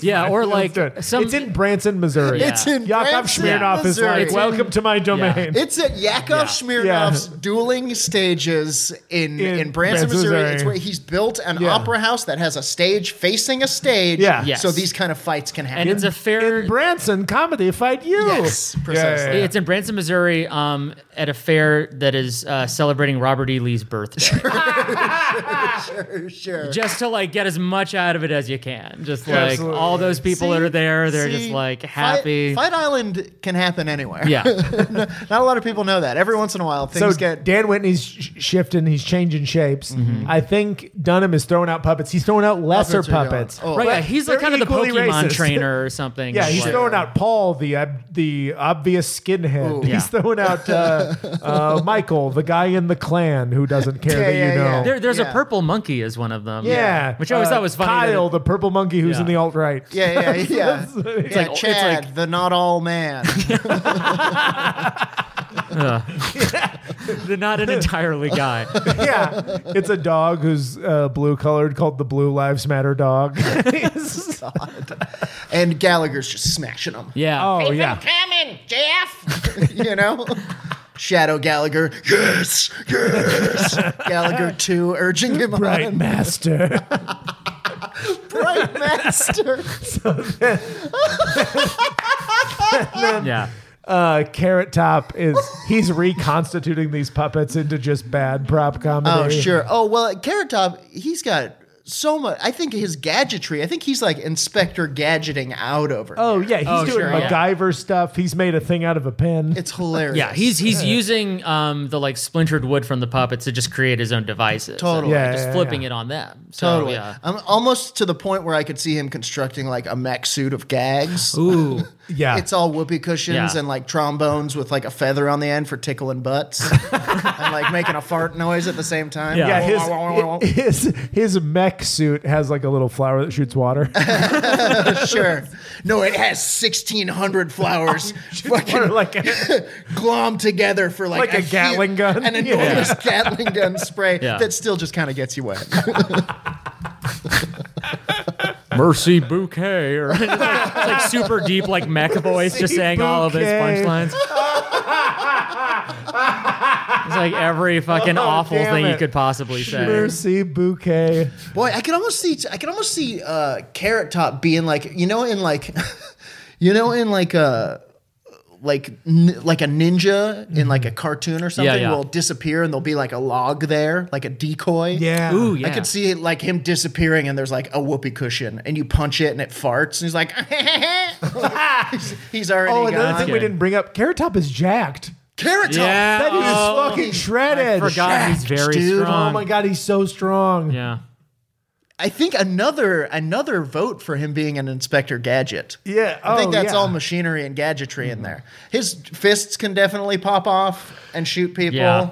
Yeah, or Let's like do it. some. it's in Branson, *laughs* Missouri. Yeah. It's in Yakov Branson, Smirnoff is Missouri. like, It's in- welcome to my domain. it's at Yakov Smirnov's dueling stages in, In in, Branson, Branson, Missouri. Missouri. It's where he's built an Yeah. opera house that has a stage facing a stage. Yeah. Yes. So these kind of fights can happen. and it's a fair. in Branson comedy fight you. Yes, precisely. Yeah. It's in Branson, Missouri, um, at a fair that is uh, celebrating Robert E. Lee's birthday. sure. *laughs* just to like get as much out of it as you can. Just like Absolutely. all those people that are there, they're See, just like Fight- happy. Fight, Island can happen anywhere. Yeah, *laughs* Not a lot of people know that. Every once in a while, So things get. Mm-hmm. Dan Whitney's sh- shifting. He's changing shapes. I think Dunham is throwing out puppets. He's throwing out lesser Puppets are gone. puppets. Oh. right. But Yeah, he's like they're kind of the equally Pokemon racist. trainer or something. *laughs* Yeah, he's Like- throwing out Paul, the ob- the obvious skinhead. Ooh. He's Yeah. throwing out *laughs* uh, uh, Michael, the guy in the clan who doesn't care Yeah, that yeah, you know. yeah. There, there's Yeah. a purple monkey is one of them. Yeah, which I always uh, thought was funny. that Kyle, it- the purple monkey who's Yeah. in the alt right. Yeah, yeah, *laughs* yeah. That's what it yeah is. like- it's Chad, like- the not all man. They're not an *laughs* entirely guy. *laughs* yeah. It's a dog who's uh, blue colored called the Blue Lives Matter dog. *laughs* and Gallagher's just smashing them. Yeah. oh, yeah. coming, Jeff. You know? Shadow Gallagher, yes, yes. Gallagher 2 urging him Right, on. master. Bright master. Yeah. uh, Carrot Top is he's reconstituting these puppets into just bad prop comedy. Oh, sure. Oh, well, Carrot Top, he's got so much. I think his gadgetry, I think he's like Inspector Gadgeting out over. Oh yeah, he's Oh, doing sure, yeah. MacGyver stuff. He's made a thing out of a pen. It's hilarious. Yeah, he's he's using um, the like splintered wood from the puppets to just create his own devices. Totally. and, like, Yeah, just yeah, flipping yeah. it on them. So, Totally. Yeah. Oh, I'm almost to the point where I could see him constructing like a mech suit of gags. Ooh. yeah, It's all whoopee cushions Yeah. and like trombones with like a feather on the end for tickling *laughs* butts and like making a fart noise at the same time. Yeah. yeah. His, *laughs* his his mech suit has like a little flower that shoots water. *laughs* sure. No, it has 1,600 *laughs* flowers Or fucking like a- glom together for like, Like a Gatling hu- *laughs* gun? An *laughs* Yeah. enormous Gatling gun spray Yeah. that still just kind of gets you wet. Mercy bouquet, or it's like, it's *laughs* like super deep, like mech voice, just saying all of his bouquet. punchlines. it's like every fucking Oh, awful damn thing you it. could possibly say. mercy bouquet. Boy, I can almost see I can almost see uh Carrot Top being like, you know in like *laughs* you know in like a like n- like a ninja in like a cartoon or something Mm-hmm. yeah. will disappear and there'll be like a log there, like a decoy. Yeah. Ooh, yeah. I could see it, like him disappearing, and there's like a whoopee cushion, and you punch it, and it farts, and he's like, *laughs* he's, he's already Ah. Oh, gone. another thing we Gotcha. didn't bring up: Carrot Top is jacked. Carrot Top. Yeah. That dude is oh, fucking shredded. forgot he's very dude. strong. Oh my god, he's so strong. Yeah. I think another another vote for him being an Inspector Gadget. Yeah, I think oh, that's yeah. all machinery and gadgetry in there. His fists can definitely pop off and shoot people. Yeah.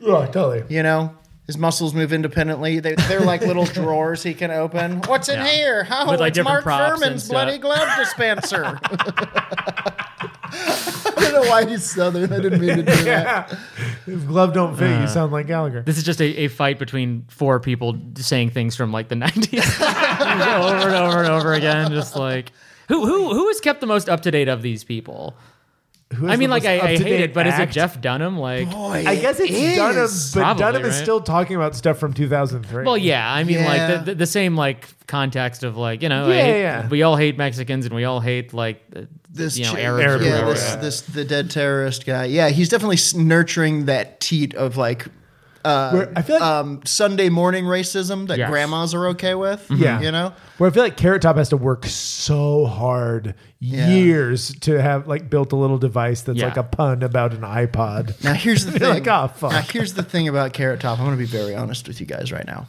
Oh, totally. You know, his muscles move independently. They, they're like *laughs* little drawers he can open. What's in Yeah. here? Oh, With, like, it's Mark different props and Furman's stuff. bloody glove *laughs* dispenser. I don't know why he's southern. I didn't mean to do that. If glove don't fit, Uh, you sound like Gallagher. This is just a, a fight between four people saying things from like the *laughs* 90s over and over and over again. Just like, who, who, who has kept the most up to date of these people? Who is I mean, the like, most I, I hate up-to-date it, but is it act? Oh, Jeff Dunham? Like, I guess it's Dunham, but Probably, Dunham is right? still talking about stuff from 2003. well, yeah. I mean, Yeah. like, the, the, the same, like, context of, like, you know, I Yeah, hate- yeah. we all hate Mexicans and we all hate, like, the- This you know, chick- Arabs. Arab or yeah, whatever. this, this the dead terrorist guy. Yeah, he's definitely s- nurturing that teat of like Where I feel like um, Sunday morning racism that Yes. Mm-hmm. grandmas are okay with. Yeah. you know. where I feel like Carrot Top has to work so hard, years to have like built a little device that's Yeah. like a pun about an iPod. *laughs* Now here's the thing. like, "Oh, fuck." Now here's the thing about Carrot Top. I'm going to be very honest with you guys right now.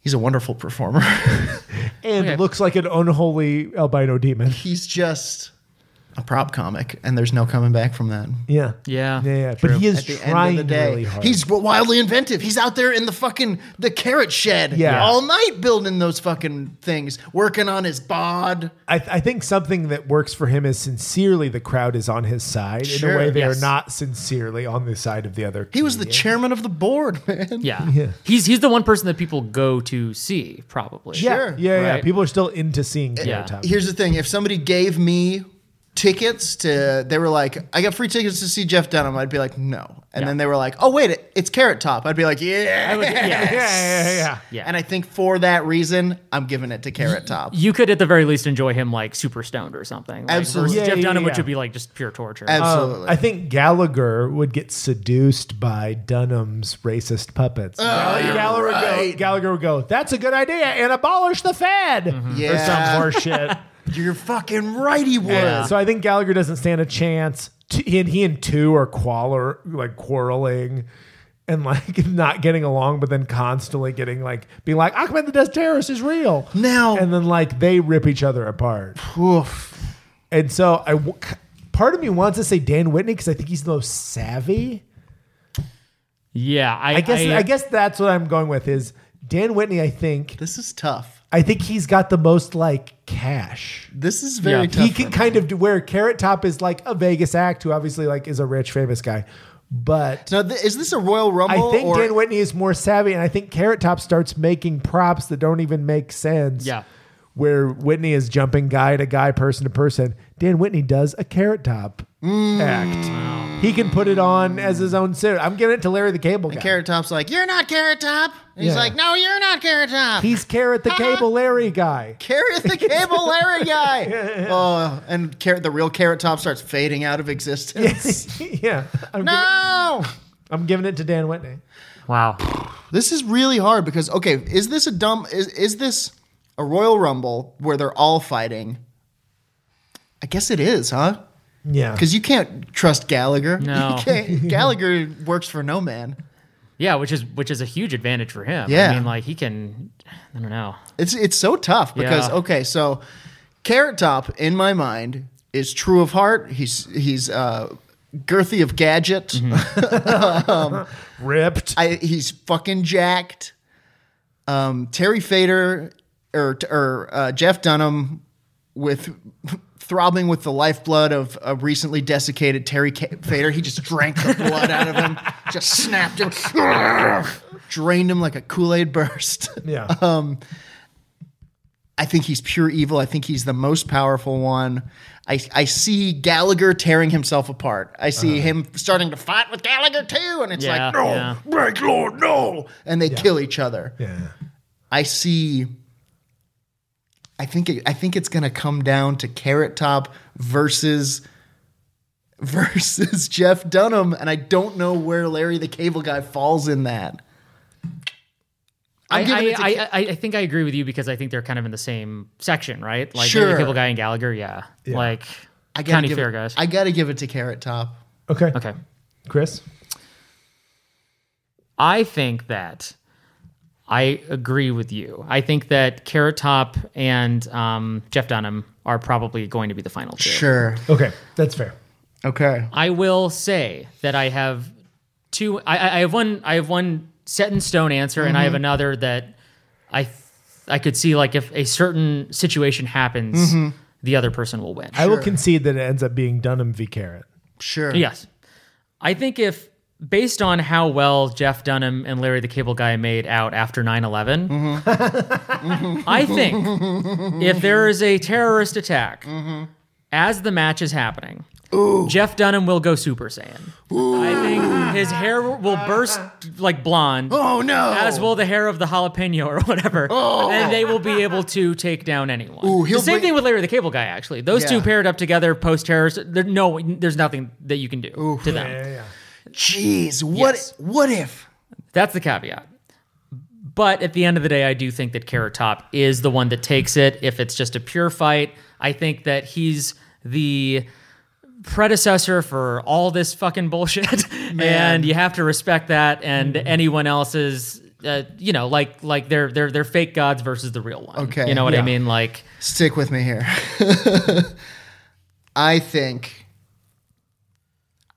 He's a wonderful performer. *laughs* and Okay. looks like an unholy albino demon. He's just a prop comic, and there's no coming back from that. Yeah, Yeah. yeah. yeah. But he is At the trying end of the day, really hard. he's wildly inventive. He's out there in the fucking the carrot shed Yeah. all night building those fucking things, working on his bod. I, I think something that works for him is sincerely the crowd is on his side in Sure, a way they yes. are not sincerely on the side of the other. He was the chairman of the board, *laughs* man. Yeah. *laughs* Yeah. He's, he's the one person that people go to see, probably. yeah, Sure. yeah, yeah. Right. People are still into seeing Carrot Yeah. Top. Here's the thing: if somebody gave me tickets to, they were like, "I got free tickets to see Jeff Dunham," I'd be like, "No," and Yeah. then they were like, "Oh wait, it, it's Carrot Top," I'd be like, "Yeah." would- yeah. yeah, yeah, yeah, yeah. Yeah. *laughs* And I think for that reason, I'm giving it to Carrot Top. you could at the very least enjoy him like super stoned or something. Like, Absolutely. versus Yeah, Jeff yeah, Dunham, yeah. which would be like just pure torture. Absolutely. Um, I think Gallagher would get seduced by Dunham's racist puppets. Oh, Gallagher, would go, Gallagher would go, that's a good idea, and abolish the Fed or Mm-hmm. Yeah. some *laughs* horse shit. You're fucking right. He was. Yeah. So I think Gallagher doesn't stand a chance. T- He and, he and two are qualler, like quarreling and like *laughs* not getting along, but then constantly getting like, being like, Ahmed the Death Terrorist is real. Now- And then like they rip each other apart. Oof. And so I, w- part of me wants to say Dan Whitney because I think he's the most savvy. yeah, I, uh, I guess I, guess that's what I'm going with is Dan Whitney. I think This is tough. I think he's got the most like cash. This is very Yeah. tough. he can kind of do where Carrot Top is like a Vegas act who obviously like is a rich famous guy, but Now, th- is this a Royal I Rumble? think or- Dan Whitney is more savvy, and I think Carrot Top starts making props that don't even make sense. Yeah. Where Whitney is jumping guy to guy, person to person, Dan Whitney does a carrot top Mm. act. He can put it on as his own suit. I'm giving it to Larry the Cable Guy. Carrot Top's like, you're not Carrot Top. And he's Yeah. like, no, you're not Carrot Top. He's Carrot the *laughs* Cable Larry guy. Carrot the Cable *laughs* Larry guy. Oh, and Carrot, the real Carrot Top starts fading out of existence. *laughs* yeah, I'm, giving, no. I'm giving it to Dan Whitney. Wow. This is really hard because okay, is this a dumb is is this a Royal Rumble where they're all fighting? I guess it is, huh? Yeah, Because you can't trust Gallagher. No. You *laughs* can't- Gallagher works for no man. Yeah, which is which is a huge advantage for him. Yeah. I mean, like he can. I don't know. It's it's so tough because Yeah. okay, so Carrot Top in my mind is true of heart. He's he's uh, girthy of gadget. Mm-hmm. ripped. I, he's fucking jacked. Um, Terry Fader or or uh, Jeff Dunham with *laughs* throbbing with the lifeblood of a recently desiccated Terry K- Fader. He just drank the blood out of him, just snapped him, *laughs* drained him like a Kool Aid burst. *laughs* yeah, uh, I think he's pure evil. I think he's the most powerful one. I, I see Gallagher tearing himself apart. I see him starting to fight with Gallagher too, and it's Uh-huh. like, Yeah, no, yeah. break Lord, no, and they kill each other. yeah. I see. I think it, I think it's gonna come down to Carrot Top versus *laughs* versus Jeff Dunham, and I don't know where Larry the Cable Guy falls in that. I'm I, giving it to I, I, I, I think I agree with you because I think they're kind of in the same section, right? Like Sure. the Cable Guy and Gallagher. Yeah. Like I gotta County give Fair it, guys. I gotta give it to Carrot Top. Okay, okay. Chris. I think that I agree with you. I think that Carrot Top and um, Jeff Dunham are probably going to be the final two. Sure. Okay, that's fair. Okay. I will say that I have two. I- I, I have one. I have one set in stone answer, and Mm-hmm. I have another that I th- I could see like if a certain situation happens, Mm-hmm. the other person will win. I will concede that it ends up being Dunham v. Carrot. Sure. yes, I think if based on how well Jeff Dunham and Larry the Cable Guy made out after 9-11, I think if there is a terrorist attack. As the match is happening, Jeff Dunham will go Super Saiyan. I think his hair will burst like blonde, Oh no. Oh. as will the hair of the jalapeno or *laughs* whatever, and they will be able to take down anyone. Ooh, he'll the same bring- thing with Larry the Cable Guy. Actually, those two Yeah. paired up together post terrorist. There, no, there's nothing that you can do to them. yeah. Jeez. What? Yes. What if? That's the caveat. But at the end of the day, I do think that Carrot Top is the one that takes it. If it's just a pure fight, I think that he's the predecessor for all this fucking bullshit, *laughs* and you have to respect that. And Mm-hmm. anyone else's, uh, you know, like like they're they're they're fake gods versus the real one. Okay, you know what yeah. I mean? Like Stick with me here. *laughs* I think.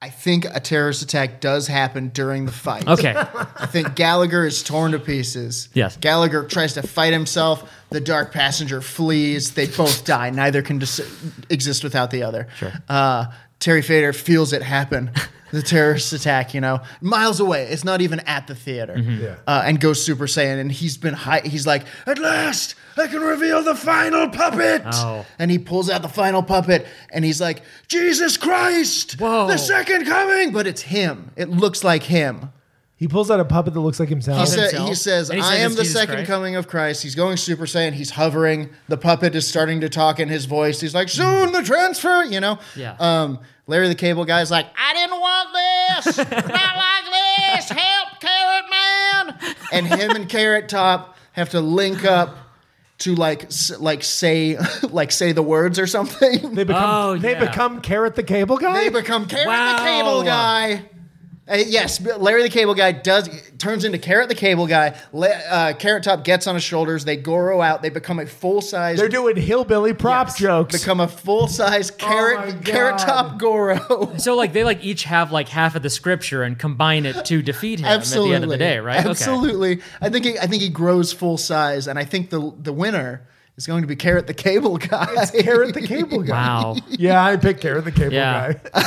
I think a terrorist attack does happen during the fight. okay, I think Gallagher is torn to pieces. Yes. Gallagher tries to fight himself. The dark passenger flees. They both die. Neither can dis- exist without the other. Sure. Uh, Terry Fader feels it *laughs* happen. The terrorist attack, you know, miles away. It's not even at the theater. Mm-hmm. Yeah. Uh, and goes Super Saiyan, and he's been high. He's like, at last, I can reveal the final puppet. Oh. And he pulls out the final puppet, and he's like, Jesus Christ, Whoa. the second coming. But it's him. It looks like him. He pulls out a puppet that looks like himself. He, sa- himself. he says, And he I says am it's the Jesus second Christ." coming of Christ. He's going Super Saiyan. He's hovering. The puppet is starting to talk in his voice. He's like, soon the transfer, you know? Yeah. Um, Larry the Cable Guy's like, I didn't *laughs* want this. Not like this. Help, Carrot Man. And him and Carrot Top have to link up to like s- like say *laughs* like say the words or something. they become Oh, they yeah. become Carrot the Cable Guy. They become Carrot the Wow. Cable Guy. Uh, yes, Larry the Cable Guy does turns into Carrot the Cable Guy. La- uh, Carrot Top gets on his shoulders. They grow out. They become a full size. They're doing hillbilly prop jokes. Become a full size Oh my carrot God. carrot top Goro. *laughs* So like they like each have like half of the scripture and combine it to defeat him Absolutely. at the end of the day, right? Okay. Absolutely. I think he, I think he grows full size, and I think the the winner is going to be Carrot the Cable Guy. *laughs* Carrot the Cable Guy. Wow. Yeah, I picked Carrot the Cable Yeah. Guy.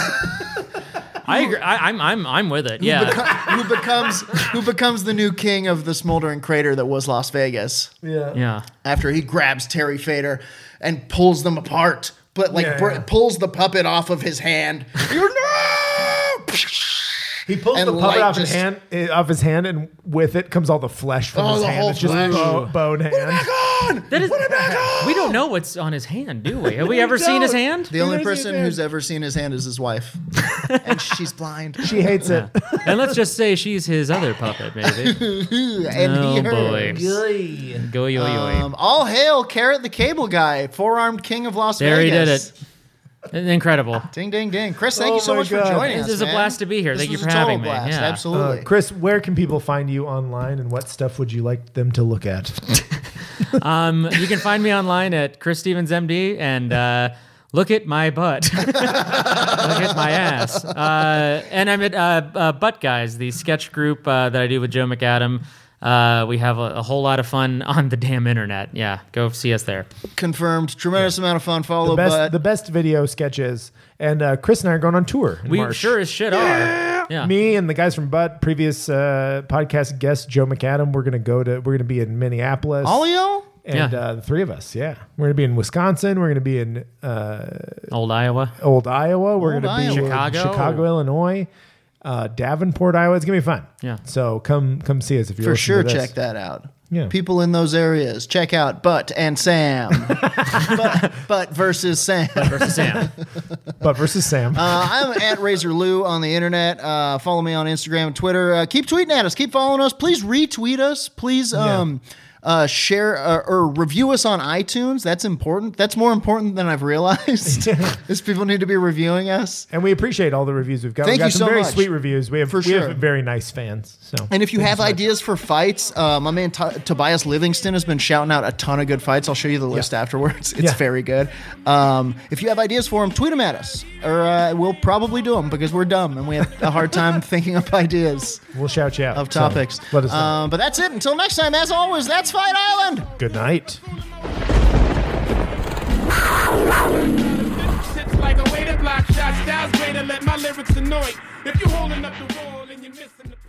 I agree. I, I'm I'm I'm with it. Yeah. *laughs* who becomes who becomes the new king of the smoldering crater that was Las Vegas Yeah. yeah. after he grabs Terry Fader and pulls them apart, but like Yeah, br- yeah. pulls the puppet off of his *laughs* hand. You're no. He pulls And the puppet light off his just- hand, eh, off his hand, and with it comes all the flesh from Oh, his the hand. whole It's just flesh. bo- bone hand. That is, we don't know what's on his hand, do we? Have we ever seen his don't. hand? The only doesn't person even- who's ever seen his hand is his wife, *laughs* and she's blind. She hates it. and let's just say she's his other puppet, maybe. and Oh he boy. heard. Go yo yo. Um, all hail Carrot the Cable Guy, four armed king of Las there he did Vegas. it. Incredible. Ding, ding, ding. Chris, thank Oh you so my much God. for joining This us. is a man. blast to be here. This Thank you was for a total having me. blast. Yeah. Uh, Absolutely. Chris, where can people find you online, and what stuff would you like them to look at? you can find me online at Chris Stevens MD and uh, look at my butt. *laughs* look at my ass. Uh, and I'm at uh, uh, Butt Guys, the sketch group uh, that I do with Joe McAdam. Uh, we have a, a whole lot of fun on the damn internet. Yeah, go see us there. Confirmed. Tremendous amount of fun. Follow, The best, but the best video sketches, and uh, Chris and I are going on tour. In We March. sure as shit are. Yeah. Me and the guys from Butt, previous uh, podcast guest Joe McAdam, we're gonna go to. We're gonna be in Minneapolis. all y'all. and Yeah. uh, the three of us, yeah, we're gonna be in Wisconsin. We're gonna be in Old Iowa. old Iowa. We're going to be Iowa. in Chicago. Chicago, Illinois, uh, Davenport, Iowa. It's gonna be fun. Yeah. So come come see us if you're For listening sure, to this. check that out. Yeah. People in those areas, check out Butt and *laughs* Sam. but, but versus Sam. Versus Sam. But versus Sam, *laughs* Uh, I'm at Razor Lou on the internet. Uh, follow me on Instagram and Twitter. Uh, keep tweeting at us. Keep following us. Please retweet us. Please um, uh, share uh, or review us on iTunes. That's important. That's more important than I've realized. *laughs* *laughs* is people need to be reviewing us. and we appreciate all the reviews we've got. Thank we got you so some very much. sweet reviews. We have For we sure. have very nice fans. So And if you have ideas for fights, uh, my man T- Tobias Livingston has been shouting out a ton of good fights. I'll show you the list afterwards. *laughs* It's Yeah. very good. Um, if you have ideas for them, tweet them at us, or uh, we'll probably do them because we're dumb and we have a hard *laughs* time thinking up ideas we'll shout you out of topics. So let us know. Um, but that's it. Until next time, as always, that's Fight Island. Good night. Sits like a way to block shots, styles way to let my lyrics annoy. If you holding up the wall and you're missing the